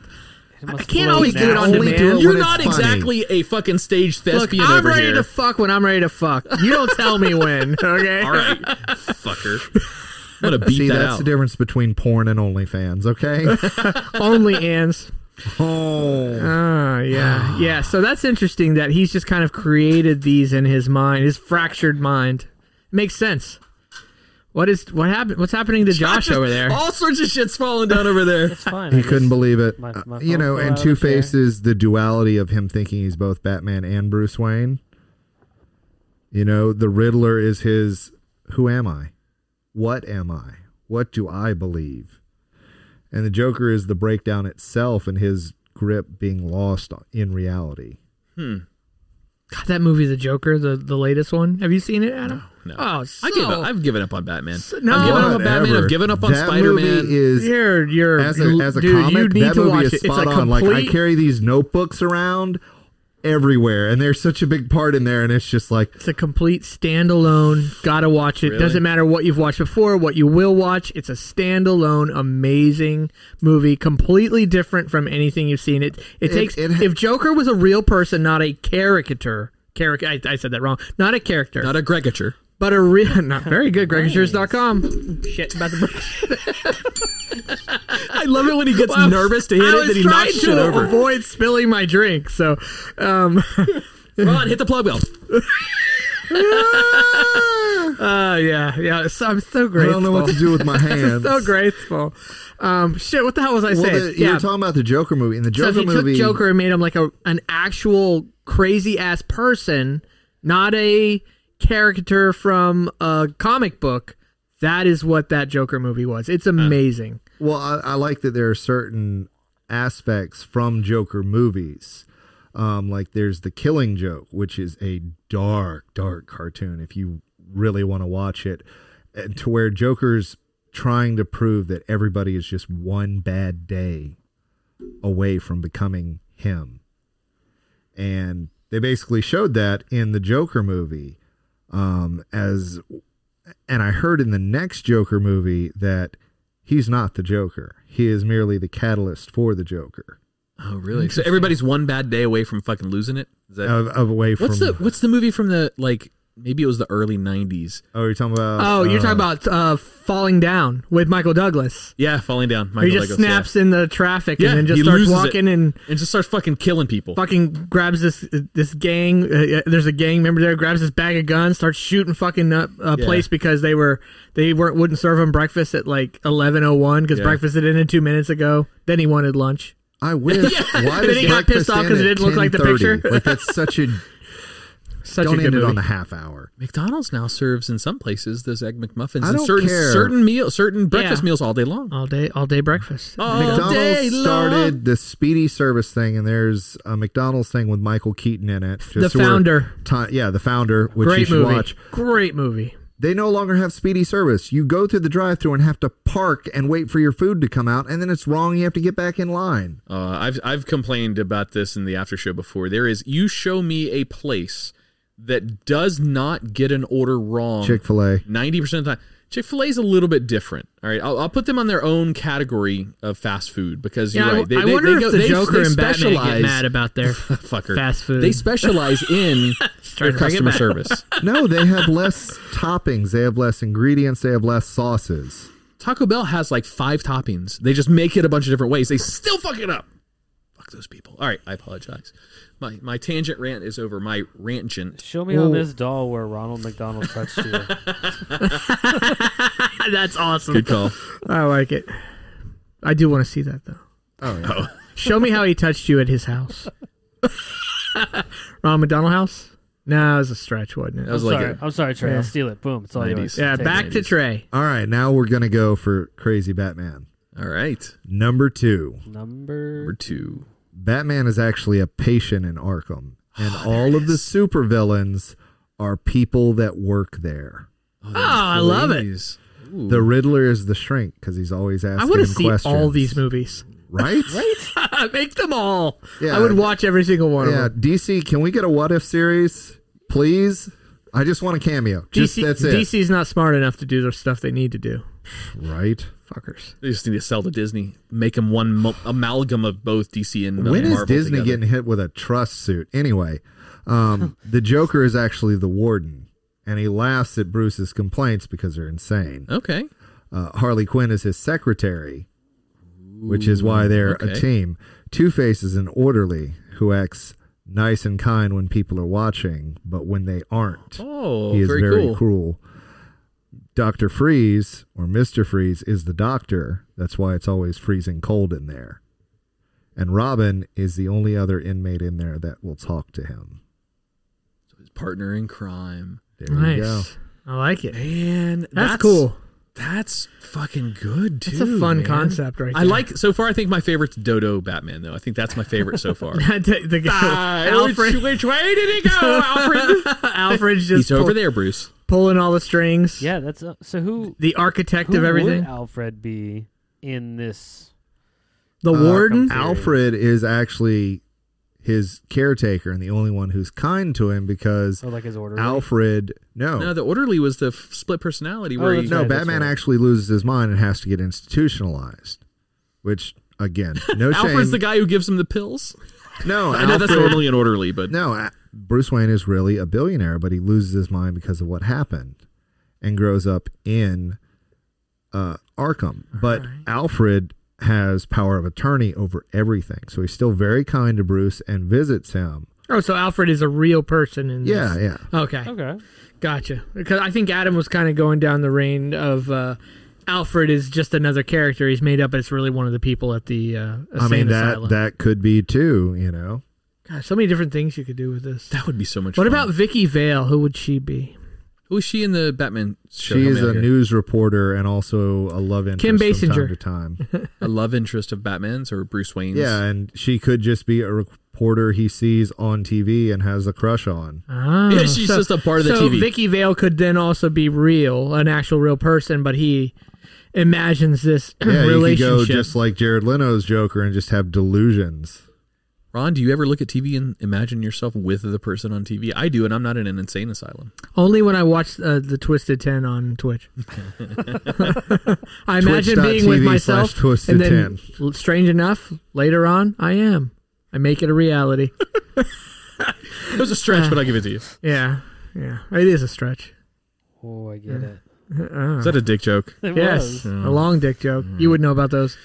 I can't flow always do it now. on Only demand. do it when You're it's not funny. exactly a fucking stage Look, thespian I'm over ready here. to fuck when I'm ready to fuck. You don't tell me when. Okay. all right fucker i'm gonna beat See, that that's out the difference between porn and OnlyFans. Okay. Only ands. oh. Ah, yeah, yeah. So that's interesting that he's just kind of created these in his mind, his fractured mind. Makes sense. What is what happened? What's happening to Josh, is- over there? Oh, All sorts of shit's falling down over there. It's fine. He couldn't believe it. My- my Uh, you phone fell know, and out of the Two Face is the duality of him thinking he's both Batman and Bruce Wayne. You know, the Riddler is his who am I? What am I? What do I believe? And the Joker is the breakdown itself and his grip being lost in reality. Hmm. God, that movie, The Joker, the, the latest one. Have you seen it, Adam? No. Oh, so, I give up. I've given up on Batman. no. I've given up on Whatever. Batman. I've given up on That Spider Man. movie is You're- you're- as a, you- as a dude, you comic. need that to movie watch is it. It's a spot on. Like I complete- carry these notebooks around everywhere, and there's such a big part in there, and it's just like It's a complete standalone. Gotta watch it. Really? Doesn't matter what you've watched before, what you will watch. It's a standalone, amazing movie, completely different from anything you've seen. It it, It- takes it- if Joker was a real person, not a caricature. Caric- I, I said that wrong. Not a character. Not a Gregature. But a real. Not very good. Gregashures.com. Shit about the. I love it when he gets Well, nervous to hit I it was that he trying knocks to shit over. Avoid spilling my drink. So, um, Ron, hit the plug bell. Uh, yeah, yeah. So I'm so grateful. don't know what to do with my hands. so grateful. Um, shit. What the hell was I well, saying? the- you were talking about the Joker movie, and the so Joker if you movie. took Joker and made him like a an actual crazy ass person, not a character from a comic book. That is what that Joker movie was. It's amazing. Well, I, I like that there are certain aspects from Joker movies. Um, like there's the Killing Joke, which is a dark, dark cartoon. If you really want to watch it, and to where Joker's trying to prove that everybody is just one bad day away from becoming him, and they basically showed that in the Joker movie. Um, as and I heard in the next Joker movie that he's not the Joker. He is merely the catalyst for the Joker. Oh, really? So everybody's one bad day away from fucking losing it. Is that Of- of away What's from- the What's the movie from the like? Maybe it was the early '90s. Oh, you're talking about. oh, you're talking about uh, falling down with Michael Douglas. Yeah, falling down. Where he just Douglas, yeah. snaps in the traffic Yeah, and then just he starts loses it. walking and and just starts fucking killing people. fucking grabs this this gang. Uh, uh, there's a gang member there. Grabs this bag of guns, starts shooting fucking up a Yeah. place because they were they weren't wouldn't serve him breakfast at like eleven oh one because Yeah. breakfast had ended two minutes ago. Then he wanted lunch. I wish. Why then does he got breakfast pissed off end because it at didn't look like the 10:30? picture. like that's such a Such don't a good end it movie. on the half hour. McDonald's now serves in some places those egg McMuffins I and don't certain care. certain meal certain breakfast Yeah. meals all day long. All day, all day breakfast. All day McDonald's long. started the speedy service thing, and there's a McDonald's thing with Michael Keaton in it. The to where founder. ti- yeah, the founder, which you Great should movie. watch. Great movie. They no longer have speedy service. You go through the drive-through and have to park and wait for your food to come out, and then it's wrong. You have to get back in line. Uh, I've I've complained about this in the after show before. There is you show me a place that does not get an order wrong. Chick Fil A. Ninety percent of the time, Chick Fil A is a little bit different. All right, I'll, I'll put them on their own category of fast food because Yeah, you're I- right. They, I they- wonder they if go- the they- Joker they and Batman get specialize- mad about their fucker fast food. They specialize in Trying their to bring it customer back. service. no, they have less toppings. They have less ingredients. They have less sauces. Taco Bell has like five toppings. They just make it a bunch of different ways. They still fuck it up. Fuck those people. All right, I apologize. My my tangent rant is over. My rantgent. Show me on this doll where Ronald McDonald touched you. That's awesome. Good call. I like it. I do want to see that though. Oh, yeah. Show me how he touched you at his house. Ron McDonald house? No, it was a stretch, wasn't it? I'm sorry. I'm sorry, Trey. Yeah. I'll steal it. Boom. It's all yours. Yeah, Take back it. to Trey. All right, now we're gonna go for Crazy Batman. All right, Number two. number. number two. Batman is actually a patient in Arkham, Ah, and all of the supervillains are people that work there. Oh, Ah, I love it. Please. The Riddler is the shrink because he's always asking I want to him see questions. all these movies. right? Make them all. Yeah. I would watch every single one Yeah, of them. DC, can we get a what if series, please? I just want a cameo. Just DC, that's it. DC's not smart enough to do the stuff they need to do. Right? Fuckers. They just need to sell to Disney. Make them one mo- amalgam of both DC and uh, When is Marvel Disney together. getting hit with a trust suit? Anyway, um, the Joker is actually the warden, and he laughs at Bruce's complaints because they're insane. Okay. Uh, Harley Quinn is his secretary, which is why they're a okay. team. Two Face is an orderly who acts nice and kind when people are watching, but when they aren't, Oh, he is very very cool. cruel. Dr. Freeze or Mr. Freeze is the doctor. That's why it's always freezing cold in there. And Robin is the only other inmate in there that will talk to him. His partner in crime. There nice. you go. I like it. Man, that's, cool. That's fucking good, too. That's a fun man. concept right I there. like, so far, I think my favorite's Dodo Batman, though. I think that's my favorite so far. the, the, Ah, Alfred, Which, which way did he go, Alfred? Alfred's just He's over pull- there, Bruce. pulling all the strings. Yeah, that's uh, so. Who The architect who of everything. Would Alfred be in this? The Uh, warden. Alfred is actually his caretaker and the only one who's kind to him because Oh, like his orderly? Alfred, no. No, the orderly was the f- split personality where he. Oh. no, Batman actually loses his mind and has to get institutionalized, which again, no shame. Alfred's the guy who gives him the pills. No, I know that's Alfred- normally an orderly, but No, uh, Bruce Wayne is really a billionaire, but he loses his mind because of what happened and grows up in uh, Arkham. But Alfred has power of attorney over everything. So he's still very kind to Bruce and visits him. Oh, so Alfred is a real person in Yeah, this. yeah. Okay. Okay. Gotcha. Because I think Adam was kind of going down the reign of uh, Alfred is just another character he's made up, but it's really one of the people at the uh, insane I mean, that, asylum. that could be too, you know. God, so many different things you could do with this. that would be so much. What fun. about Vicky Vale? Who would she be? who is she in the Batman show? She Help is me out a here. news reporter and also a love interest Kim from Basinger. time to time. a love interest of Batman's or Bruce Wayne's. Yeah, and she could just be a reporter he sees on TV and has a crush on. Ah, Yeah, she's just a part of the so TV. Vicky Vale could then also be real, an actual real person, but he imagines this Yeah, you could relationship. go just like Jared Leto's Joker and just have delusions. Ron, do you ever look at TV and imagine yourself with the person on TV? I do, and I'm not in an insane asylum. Only when I watch uh, the Twisted Ten on Twitch. I imagine being with Twitch.tv myself, slash Twisted and then, l- strange enough, later on, I am. I make it a reality. It was a stretch, but I give it to you. Is Yeah, yeah, it is a stretch. Oh, I get it. Uh, that a dick joke? It Mm-hmm. yes, was. a long dick joke. You would know about those.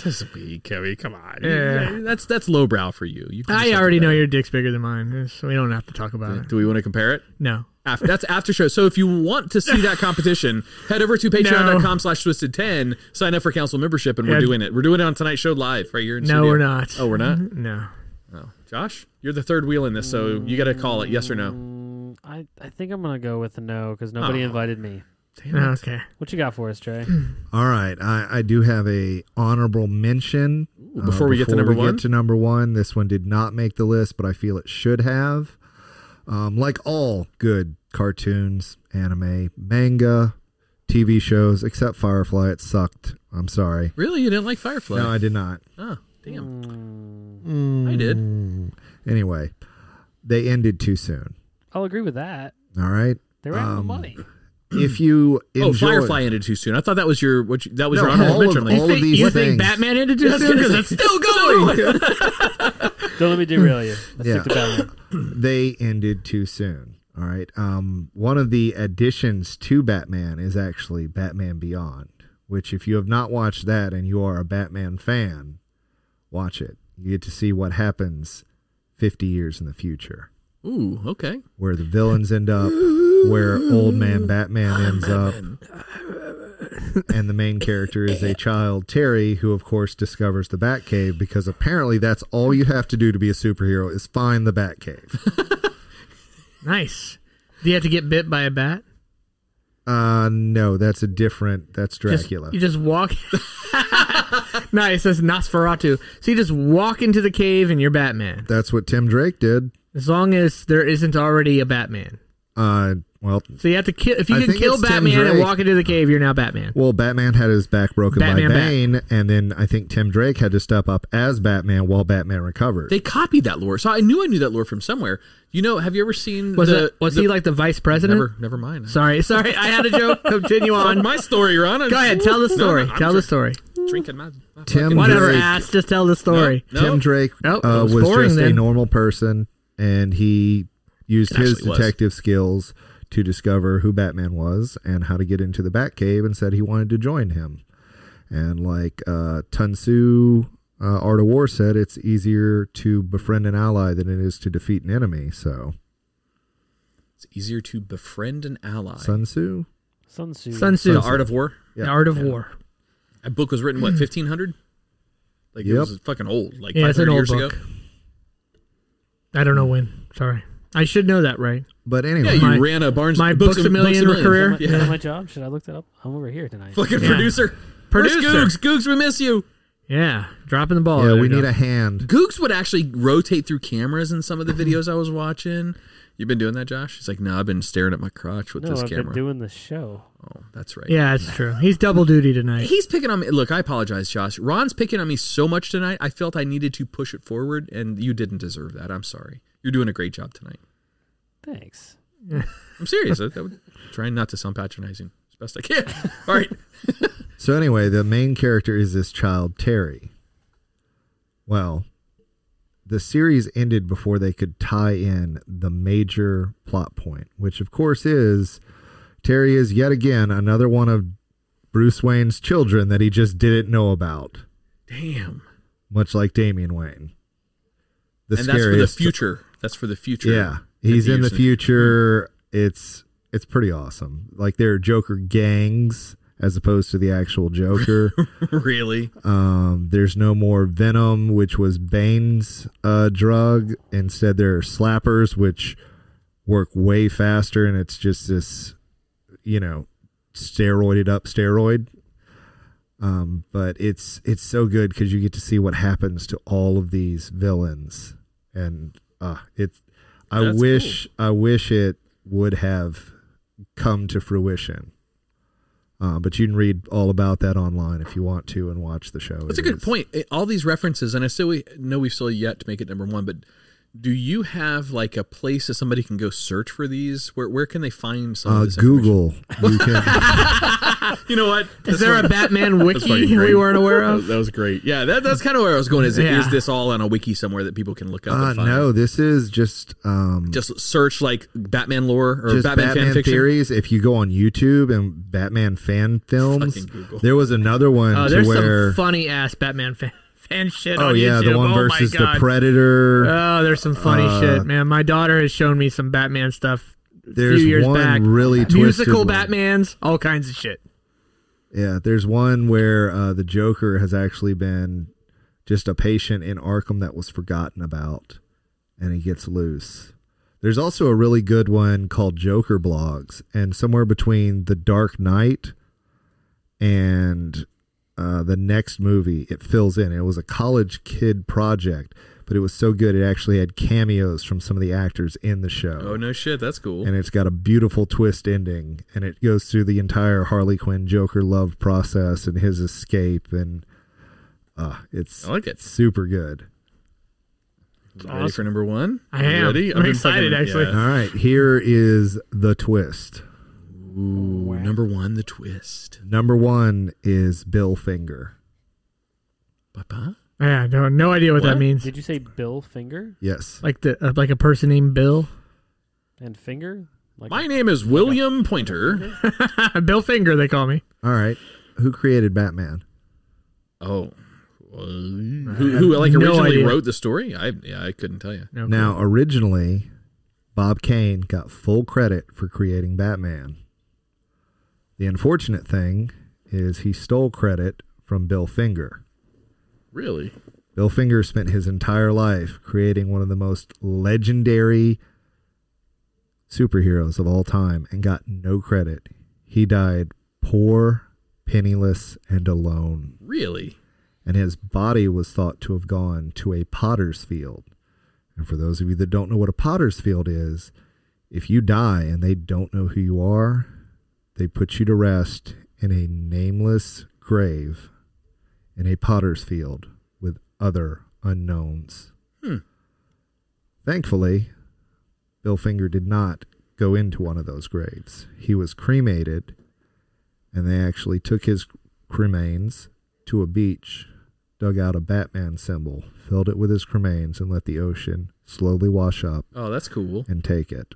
Just be Kevin. Come on. Yeah. That's that's lowbrow for you. you can just I look already at know that. your dick's bigger than mine, eh, so we don't have to talk about it. Do we want to compare it? No. After, that's after show. So if you want to see that competition, head over to patreon.com slash twisted ten, sign up for council membership, and we're Yeah. doing it. We're doing it on tonight's show live right here in No, studio. we're not. Oh, we're not? No. Oh. Josh, you're the third wheel in this, so you gotta call it yes or no. I, I think I'm gonna go with a no because nobody Aw. invited me. Okay. What you got for us, Trey? All right, I, I do have a honorable mention. Uh, Ooh, before we get to number we one? get to number one, this one did not make the list, but I feel it should have. Um, like all good cartoons, anime, manga, TV shows, except Firefly, it sucked. I'm sorry. Really? You didn't like Firefly? No, I did not. Oh, damn. Mm. I did. Anyway, they ended too soon. I'll agree with that. All right. They were out of the Um, money. If you Oh, enjoy, Firefly ended too soon. I thought that was your what you, that was No, your honorable all of- mention. all of Like, these you things. think Batman ended it too soon? Because it's still going. Don't let me derail you. Let's Yeah. stick to Batman. they ended too soon. All right. Um, one of the additions to Batman is actually Batman Beyond, which, if you have not watched that and you are a Batman fan, watch it. You get to see what happens 50 years in the future, Ooh, okay. where the villains end up, where old man Batman ends up, and the main character is a child, Terry, who, of course, discovers the Batcave because apparently that's all you have to do to be a superhero is find the Batcave. nice. Do you have to get bit by a bat? Uh no, that's a different. That's Just- Dracula. you just walk. nice. That's Nosferatu. So you just walk into the cave and you're Batman. that's what Tim Drake did. As long as there isn't already a Batman. Uh, well, So you have to kill. If you I can think kill it's Tim Batman and Drake. walk into the cave, you're now Batman. well, Batman had his back broken Batman by Bat. Bane, and then I think Tim Drake had to step up as Batman while Batman recovered. They copied that lore, so I knew I knew that lore from somewhere. You know, have you ever seen? Was the, it? Was the- he like the vice president? Never, never mind. Sorry, sorry. I had a joke. Continue on. Fuck my story, Ron. I'm Go ahead. Tell the No, no, story. I'm tell the drink- story. Drinking my, my Tim fucking- Whatever, Drake. ass. Just tell the story. No, no. Tim Drake Oh, uh, it was was, boring just a then. normal person, and he used It his actually was. detective skills to discover who Batman was and how to get into the Batcave, and said he wanted to join him. And like uh, Tunsu uh, Art of War said, it's easier to befriend an ally than it is to defeat an enemy. So It's easier to befriend an ally. Sun Tzu. Sun Tzu. Sun Tzu. The Art of War. The Art of War. That book was written what Mm. fifteen hundred. Like it Yep. was fucking old, like Yeah, five it's an hundred old years book. ago. I don't know when. Sorry. I should know that, right? But anyway. Yeah, you ran a Barnes- my Books Books, a- a Million Books a Million. career. Is that my- my job? Should I look that up? I'm over here tonight. Fucking producer. Where's Producer. Googs. Googs, we miss you. Yeah, dropping the ball. there, John. Googs would actually rotate through cameras in some of the Mm-hmm. videos I was watching. You've been doing that, Josh? He's like, no, I've been staring at my crotch with No, this I've camera. been doing the show. Oh, that's right. Yeah, it's true. He's double duty tonight. He's picking on me. Look, I apologize, Josh. Ron's picking on me so much tonight. I felt I needed to push it forward, and you didn't deserve that. I'm sorry. You're doing a great job tonight. Thanks. I'm serious. I, that would, trying not to sound patronizing as best I can. All right. So anyway, the main character is this child Terry. Well, the series ended before they could tie in the major plot point, which of course is Terry is yet again another one of Bruce Wayne's children that he just didn't know about, Damn. much like Damian Wayne. The and that's for the scariest. future. That's for the future. Yeah, he's in the Abuse. future. It's it's pretty awesome. Like there are Joker gangs as opposed to the actual Joker. really? Um, there's no more Venom, which was Bane's uh, drug. Instead, there are slappers, which work way faster, and it's just this, you know, steroided up steroid. Um, but it's it's so good because you get to see what happens to all of these villains, and uh, it's. I That's wish I wish it would have come to fruition. Uh, but you can read all about that online if you want to and watch the show. That's a It good is- point. It- all these references, and I still we know we've still yet to make it number one, but do you have like a place that somebody can go search for these? Where where can they find some of Uh, this? Google. You can, you know what? Is there a Batman That's wiki fucking we great. weren't aware of? That was great. Yeah, that, that's kind of where I was going. Is it is Yeah. this all on a wiki somewhere that people can look up? uh, and find? no, this is just um, Just search like Batman lore or just Batman, fan fiction. theories. If you go on YouTube and Batman fan films, Fucking Google. there was another one Uh, to there's where some funny ass Batman fan, fan shit. oh on yeah, YouTube. the one Oh, my versus the God. Predator. Oh, there's some funny Uh, shit, man. My daughter has shown me some Batman stuff. a There's few years one back. really twisted musical one. Batman's, all kinds of shit. Yeah, there's one where uh, the Joker has actually been just a patient in Arkham that was forgotten about, and he gets loose. There's also a really good one called Joker Blogs, and somewhere between The Dark Knight and uh, the next movie, it fills in. It was a college kid project, but it was so good it actually had cameos from some of the actors in the show Oh no shit, that's cool. and it's got a beautiful twist ending and it goes through the entire harley quinn joker love process and his escape and uh, it's I like it. super good Ready for number one? I am. Ready? I'm I've been excited, fucking- actually. yeah. all right here is the twist Ooh, number one, the twist. number one is bill finger Papa? Yeah, no, no idea what, that means. Did you say Bill Finger yes Like the uh, like a person named Bill. and Finger? Like My name is William Pointer. Bill Finger, they call me. all right who created batman Oh. Uh, Who, who like no originally idea. wrote the story? I yeah, I couldn't tell you. now uh, originally bob kane got full credit for creating batman the unfortunate thing is he stole credit from bill finger Really? Bill Finger spent his entire life creating one of the most legendary superheroes of all time and got no credit. He died poor, penniless, and alone. Really? And his body was thought to have gone to a potter's field. And for those of you that don't know what a potter's field is, if you die and they don't know who you are, they put you to rest in a nameless grave in a potter's field with other unknowns. Hmm. Thankfully, Bill Finger did not go into one of those graves. He was cremated, and they actually took his cremains to a beach, dug out a Batman symbol, filled it with his cremains, and let the ocean slowly wash up Oh, that's cool. and take it.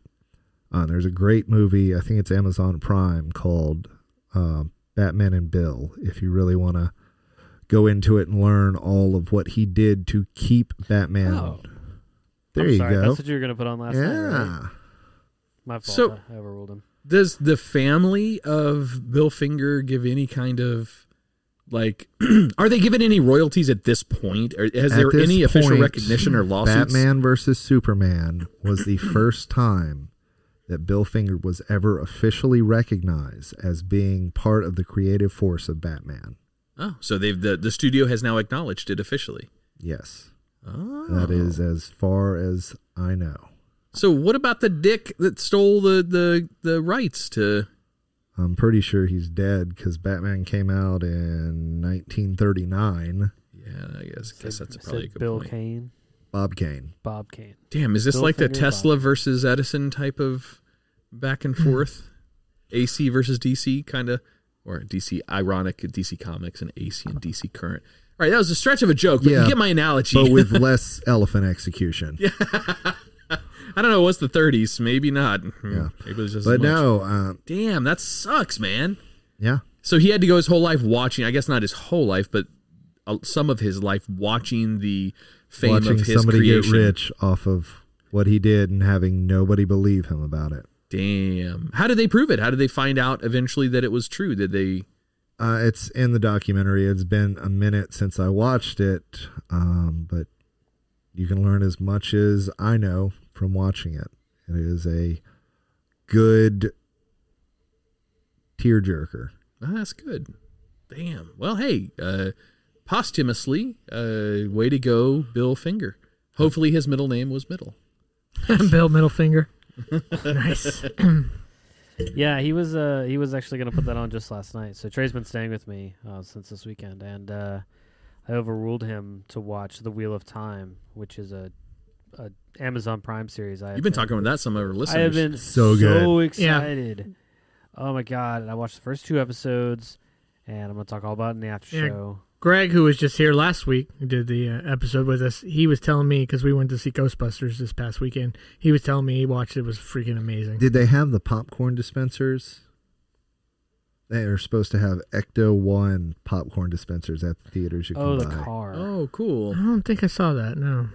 Uh, there's a great movie, I think it's Amazon Prime, called uh, Batman and Bill. If you really want to go into it and learn all of what he did to keep Batman. Oh. There I'm you sorry, go. That's what you were going to put on last night. Yeah. right? My fault. So- I overruled him. Does the family of Bill Finger give any kind of like? are they given any royalties at this point? Or has At there this any official point, recognition or lawsuits? Batman versus Superman was the first time that Bill Finger was ever officially recognized as being part of the creative force of Batman. Oh, so they've the, the studio has now acknowledged it officially. Yes. Oh. That is as far as I know. So what about the dick that stole the the, the rights to? I'm pretty sure he's dead because Batman came out in 1939. Yeah, I guess guess that's Said probably a good Bill point. Kane. Bob Kane. Bob Kane. Damn, is this Bill like the Finger, Bob Tesla versus Edison type of back and forth? AC versus DC kind of or DC ironic DC comics and AC and DC current. All right, that was a stretch of a joke, but you get my analogy. But with less elephant execution. I don't know, what's the 30s? Maybe not. Yeah. Maybe it was just as But much. no, uh, Damn, that sucks, man. yeah. So he had to go his whole life watching, I guess not his whole life, but uh, some of his life watching the fame Watching of his somebody creation. get rich off of what he did and having nobody believe him about it. Damn. How did they prove it? How did they find out eventually that it was true? Did they Uh, it's in the documentary. It's been a minute since I watched it, um, but you can learn as much as I know from watching it. It is a good tearjerker. Oh, that's good. Damn. Well, hey, uh, posthumously, uh, way to go, Bill Finger. Hopefully, his middle name was Middle. Bill Middlefinger. nice. yeah, he was uh he was actually gonna put that on just last night. So Trey's been staying with me uh, since this weekend, and uh, I overruled him to watch The Wheel of Time, which is a, a Amazon Prime series. I have You've been talking about that some of our listeners. I have been So so, good. Yeah. excited. Oh my god! And I watched the first two episodes, and I'm gonna talk all about it in the after Yeah. show. Greg, who was just here last week, who did the uh, episode with us. He was telling me because we went to see Ghostbusters this past weekend. He was telling me he watched it it was freaking amazing. Did they have the popcorn dispensers? They are supposed to have Ecto One popcorn dispensers at the theaters. You can Oh, the buy. car. Oh, cool. I don't think I saw that. No,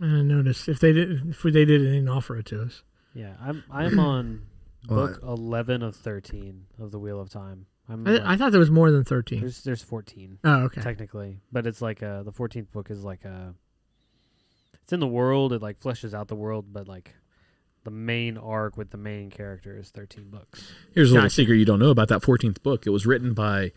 I didn't notice if they did. If they did, they didn't offer it to us. Yeah, I'm I'm on Well, book eleven of thirteen of The Wheel of Time. I'm I, like- I thought there was more than thirteen. There's there's fourteen. Oh, okay. Technically, but it's like uh the fourteenth book is like a. It's in the world. It like fleshes out the world, but like the main arc with the main character is thirteen books. Here's a little Gotcha. secret you don't know about that 14th book. It was written by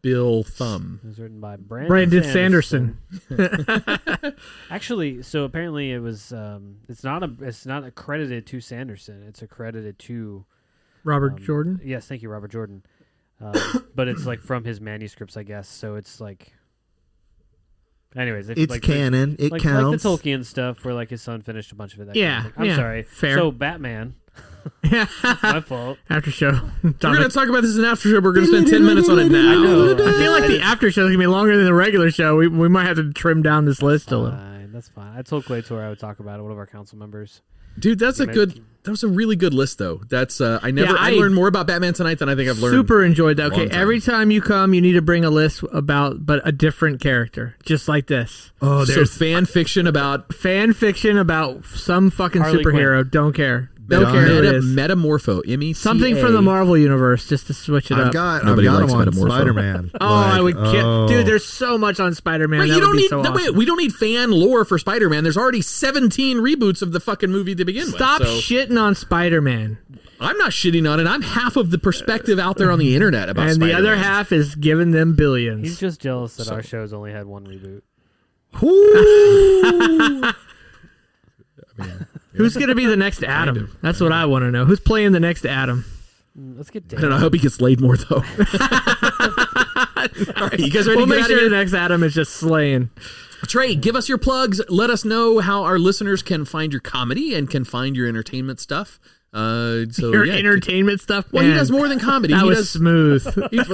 Bill Thumb. It was written by Brandon, Brandon Sanderson. Sanderson. Actually, so apparently it was. Um, it's not a. It's not accredited to Sanderson. It's accredited to Robert um, Jordan. Yes, thank you, Robert Jordan. Um, but it's like from his manuscripts, I guess. So it's like. Anyways, if, it's like, the- canon. It like, counts. like the Tolkien stuff, where like his son finished a bunch of it. That Yeah, kind of thing. I'm yeah, sorry. fair. So Batman, my fault. after show. We're going Dominic- to talk about this in after show. but We're going to spend 10 minutes on it now. I feel like the after show is gonna be longer than the regular show. We, we might have to trim down this list a little. Fine, that's fine. I told Claytor I would talk about it. One of our council members. Dude, that's a Make- good. That was a really good list, though. That's uh, I never. Yeah, I, I- learned more about Batman tonight than I think I've learned. Super enjoyed that. Okay, Long time. every time you come, you need to bring a list about but a different character, just like this. oh, so there's fan fiction about Fan fiction about some fucking Harley superhero. Don't care. Don't Meta- care who it Meta- is. Metamorpho. M E C A. Something from the Marvel universe, just to switch it I've up. got. Nobody I've got likes him on Metamorpho. Spider Man. oh, I would kill, dude. There's so much on Spider-Man. that Wait, you would don't be need so no, wait, awesome. we don't need fan lore for Spider-Man. There's already 17 reboots of the fucking movie to begin Stop with. so shitting on Spider-Man. I'm not shitting on it. I'm half of the perspective out there on the internet about and Spider-Man. the other half is giving them billions. He's just jealous that our So- show's only had one reboot. Who's going to be the next Adam? That's what I want to know. Who's playing the next Adam? Mm, Let's get I don't down. know. I hope he gets laid more though. All right, you guys ready we'll to make get sure out the of here? next Adam is just slaying. Trey, give us your plugs. Let us know how our listeners can find your comedy and can find your entertainment stuff. Uh, so Your yeah. entertainment stuff. Well, he Man, does more than comedy. That he was does. smooth. he-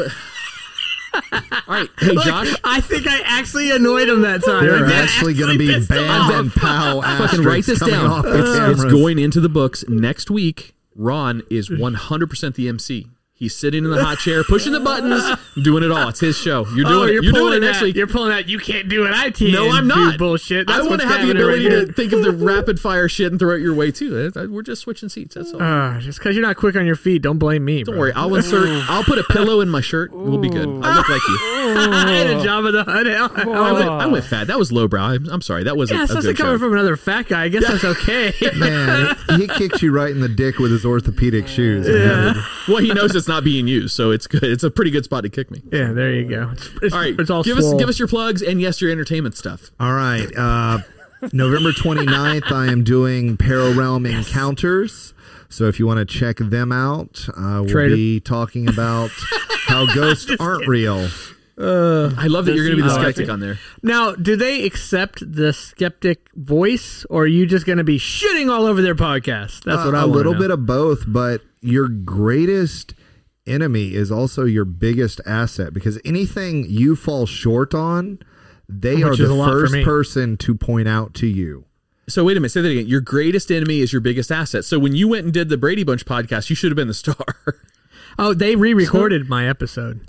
all right, hey Look, Josh. I think I actually annoyed him that time. They're I did actually going to be pissed him banned off. and pow. fucking write asterisks this coming down. off the It's, it's cameras. going into the books next week. Ron is 100% the MC. He's sitting in the hot chair, pushing the buttons, doing it all. It's his show. You're doing oh, it. You're, You're doing pulling it next that- week. You're pulling that. You can't do it. I can. No, I'm do not. Bullshit. That's I want what's to have the happening ability right here. to think of the rapid fire shit and throw it your way too. That- that- We're just switching seats. That's all. Ah, just because you're not quick on your feet, don't blame me. Don't worry. I'll insert. I'll put a pillow in my shirt. We'll be good. I look like you. I had a job of the hunt. I went, I went fat. That was lowbrow. I'm, I'm sorry. That wasn't Yeah, a especially good coming show. from another fat guy. I guess that's okay. Man, he kicks you right in the dick with his orthopedic shoes. well, he knows it's not being used, so it's good. It's a pretty good spot to kick me. Yeah, there you go. all right, it's all give us swole. give us your plugs and yes, your entertainment stuff. All right. Uh, November 29th, I am doing Parallel Realm Encounters. So if you want to check them out, uh, we'll Traitor. be talking about how ghosts aren't real. I love that you're going to be the Oh, I skeptic see. on there. Now, do they accept the skeptic voice, or are you just going to be shitting all over their podcast? That's Uh, what I a wanna little know. bit of both, but your greatest enemy is also your biggest asset because anything you fall short on, they Which are is a the lot for first me. person to point out to you. So wait a minute, say that again. Your greatest enemy is your biggest asset. So when you went and did the Brady Bunch podcast, you should have been the star. Oh, they re-recorded my episode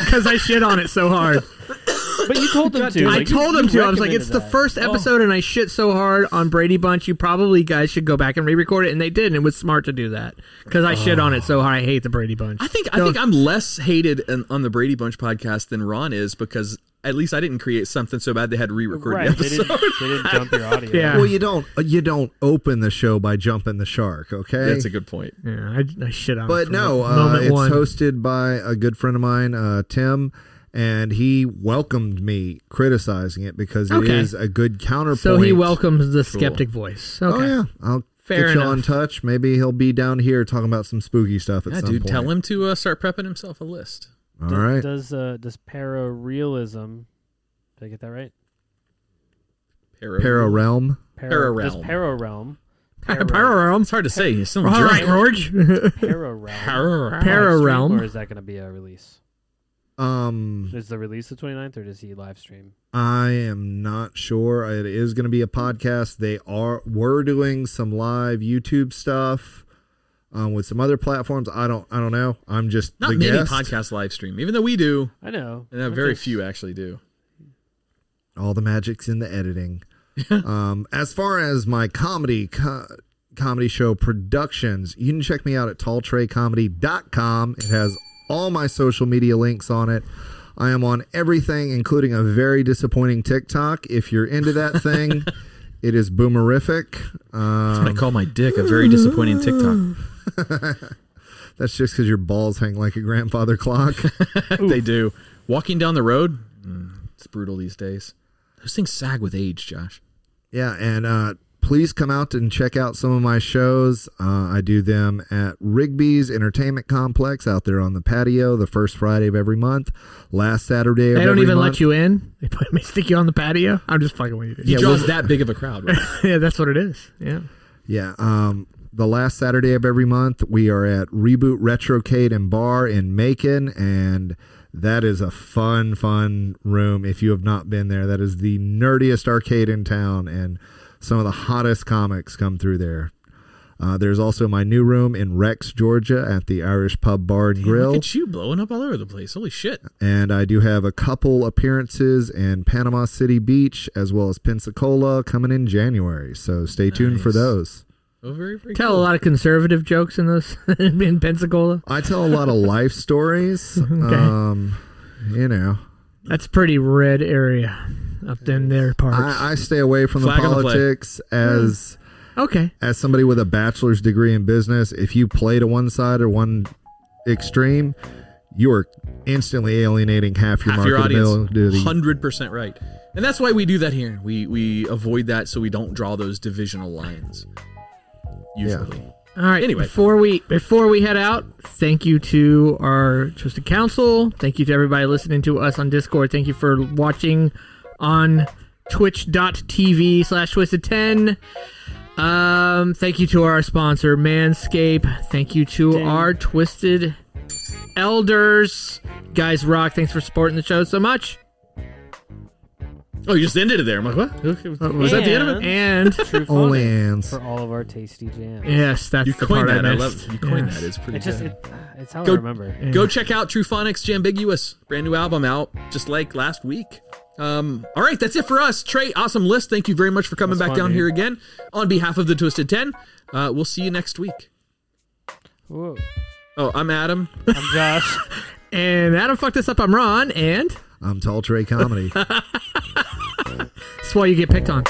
because I shit on it so hard. But you told them to. I Like, you- told you them to. I was like, recommended it's the that. first Oh. episode, and I shit so hard on Brady Bunch. You probably guys should go back and re-record it, and they did, and it was smart to do that because I shit on it so hard. I hate the Brady Bunch. I think I think I'm less hated in, on the Brady Bunch podcast than Ron is because at least I didn't create something so bad they had to re-record Right, the they episode. didn't, they didn't dump your audio. Well, you don't uh, you don't open the show by jumping the shark. Okay, That's a good point. Yeah, I, I shit on. it But from no, the uh, moment it's one. hosted by a good friend of mine, uh, Tim, and he welcomed me criticizing it because it Okay. is a good counterpoint. So he welcomes the skeptic voice. Oh Okay. yeah, I'll Fair get you on enough. touch. Maybe he'll be down here talking about some spooky stuff at Yeah, some dude, point. tell him to uh, start prepping himself a list. All Does- right. Does uh, does pararealism? Did I get that right? Para- Para realm. Para, does Pararealm. pararealm? Pararealm. It's hard to say. It's All right, George. Pararealm. Pararealm. Pararealm. Live stream, Or is that going to be a release? Um, Is the release the 29th, or does he live stream? I am not sure. It is going to be a podcast. They are we're doing some live YouTube stuff um, with some other platforms. I don't I don't know. I'm just Not the many guest. podcasts live stream, even though we do. I know. And uh, I'm very just- few actually do. All the magic's in the editing. um, as far as my comedy co- comedy show productions, you can check me out at talltraycomedy.com. It has all my social media links on it. I am on everything, including a very disappointing TikTok. If you're into that thing, it is boomerific. Um, I call my dick a very disappointing TikTok. that's just because your balls hang like a grandfather clock. they do. Walking down the road, mm, it's brutal these days. Those things sag with age, Josh. Yeah, and uh, please come out and check out some of my shows. Uh, I do them at Rigby's Entertainment Complex out there on the patio the first Friday of every month, last Saturday of They don't every even month. let you in. They put me stick you on the patio. I'm just fucking with you. He Yeah, draws well- that big of a crowd. Right? yeah, that's what it is. Yeah. Yeah, um, the last Saturday of every month we are at Reboot Retrocade and Bar in Macon, and that is a fun, fun room. If you have not been there, that is the nerdiest arcade in town, and some of the hottest comics come through there. Uh, there's also my new room in Rex, Georgia, at the Irish Pub Bar and Grill. Grill. Look at you blowing up all over the place. Holy shit. And I do have a couple appearances in Panama City Beach as well as Pensacola coming in January. So stay tuned for Nice. those. Oh, very, very Tell cool. a lot of conservative jokes in those in Pensacola. I tell a lot of life stories. Um, you know, That's a pretty red area up in their parts. I, I stay away from Flag the on the play. politics as okay. as somebody with a bachelor's degree in business. If you play to one side or one extreme, you are instantly alienating half your half your audience. marketability. Hundred percent right, and that's why we do that here. We we avoid that so we don't draw those divisional lines. Usually, All right. Anyway. before we before we head out, thank you to our trusted council. Thank you to everybody listening to us on Discord. Thank you for watching on twitch.tv slash twisted10. Um, thank you to our sponsor, Manscape. Thank you to our twisted elders. Guys rock. Thanks for supporting the show so much. Oh, you just ended it there. I'm like, what? Okay, Uh, Was that the end of it? And True Only Phonics ends. for all of our tasty jams. yes, that's You the coined part that. I I missed. love you coined Yes. that. It's pretty. It just good. it, it's how go, I remember. Go check out True Phonics Jambiguous. Brand new album out just like last week. Um, all right, that's it for us. Trey, awesome list. Thank you very much for coming That's back fun, down dude. here again. On behalf of the Twisted 10, uh, we'll see you next week. Whoa. Oh, I'm Adam. I'm Josh. and Adam fucked us up. I'm Ron, and I'm Tall Trey Comedy. that's why you get picked on.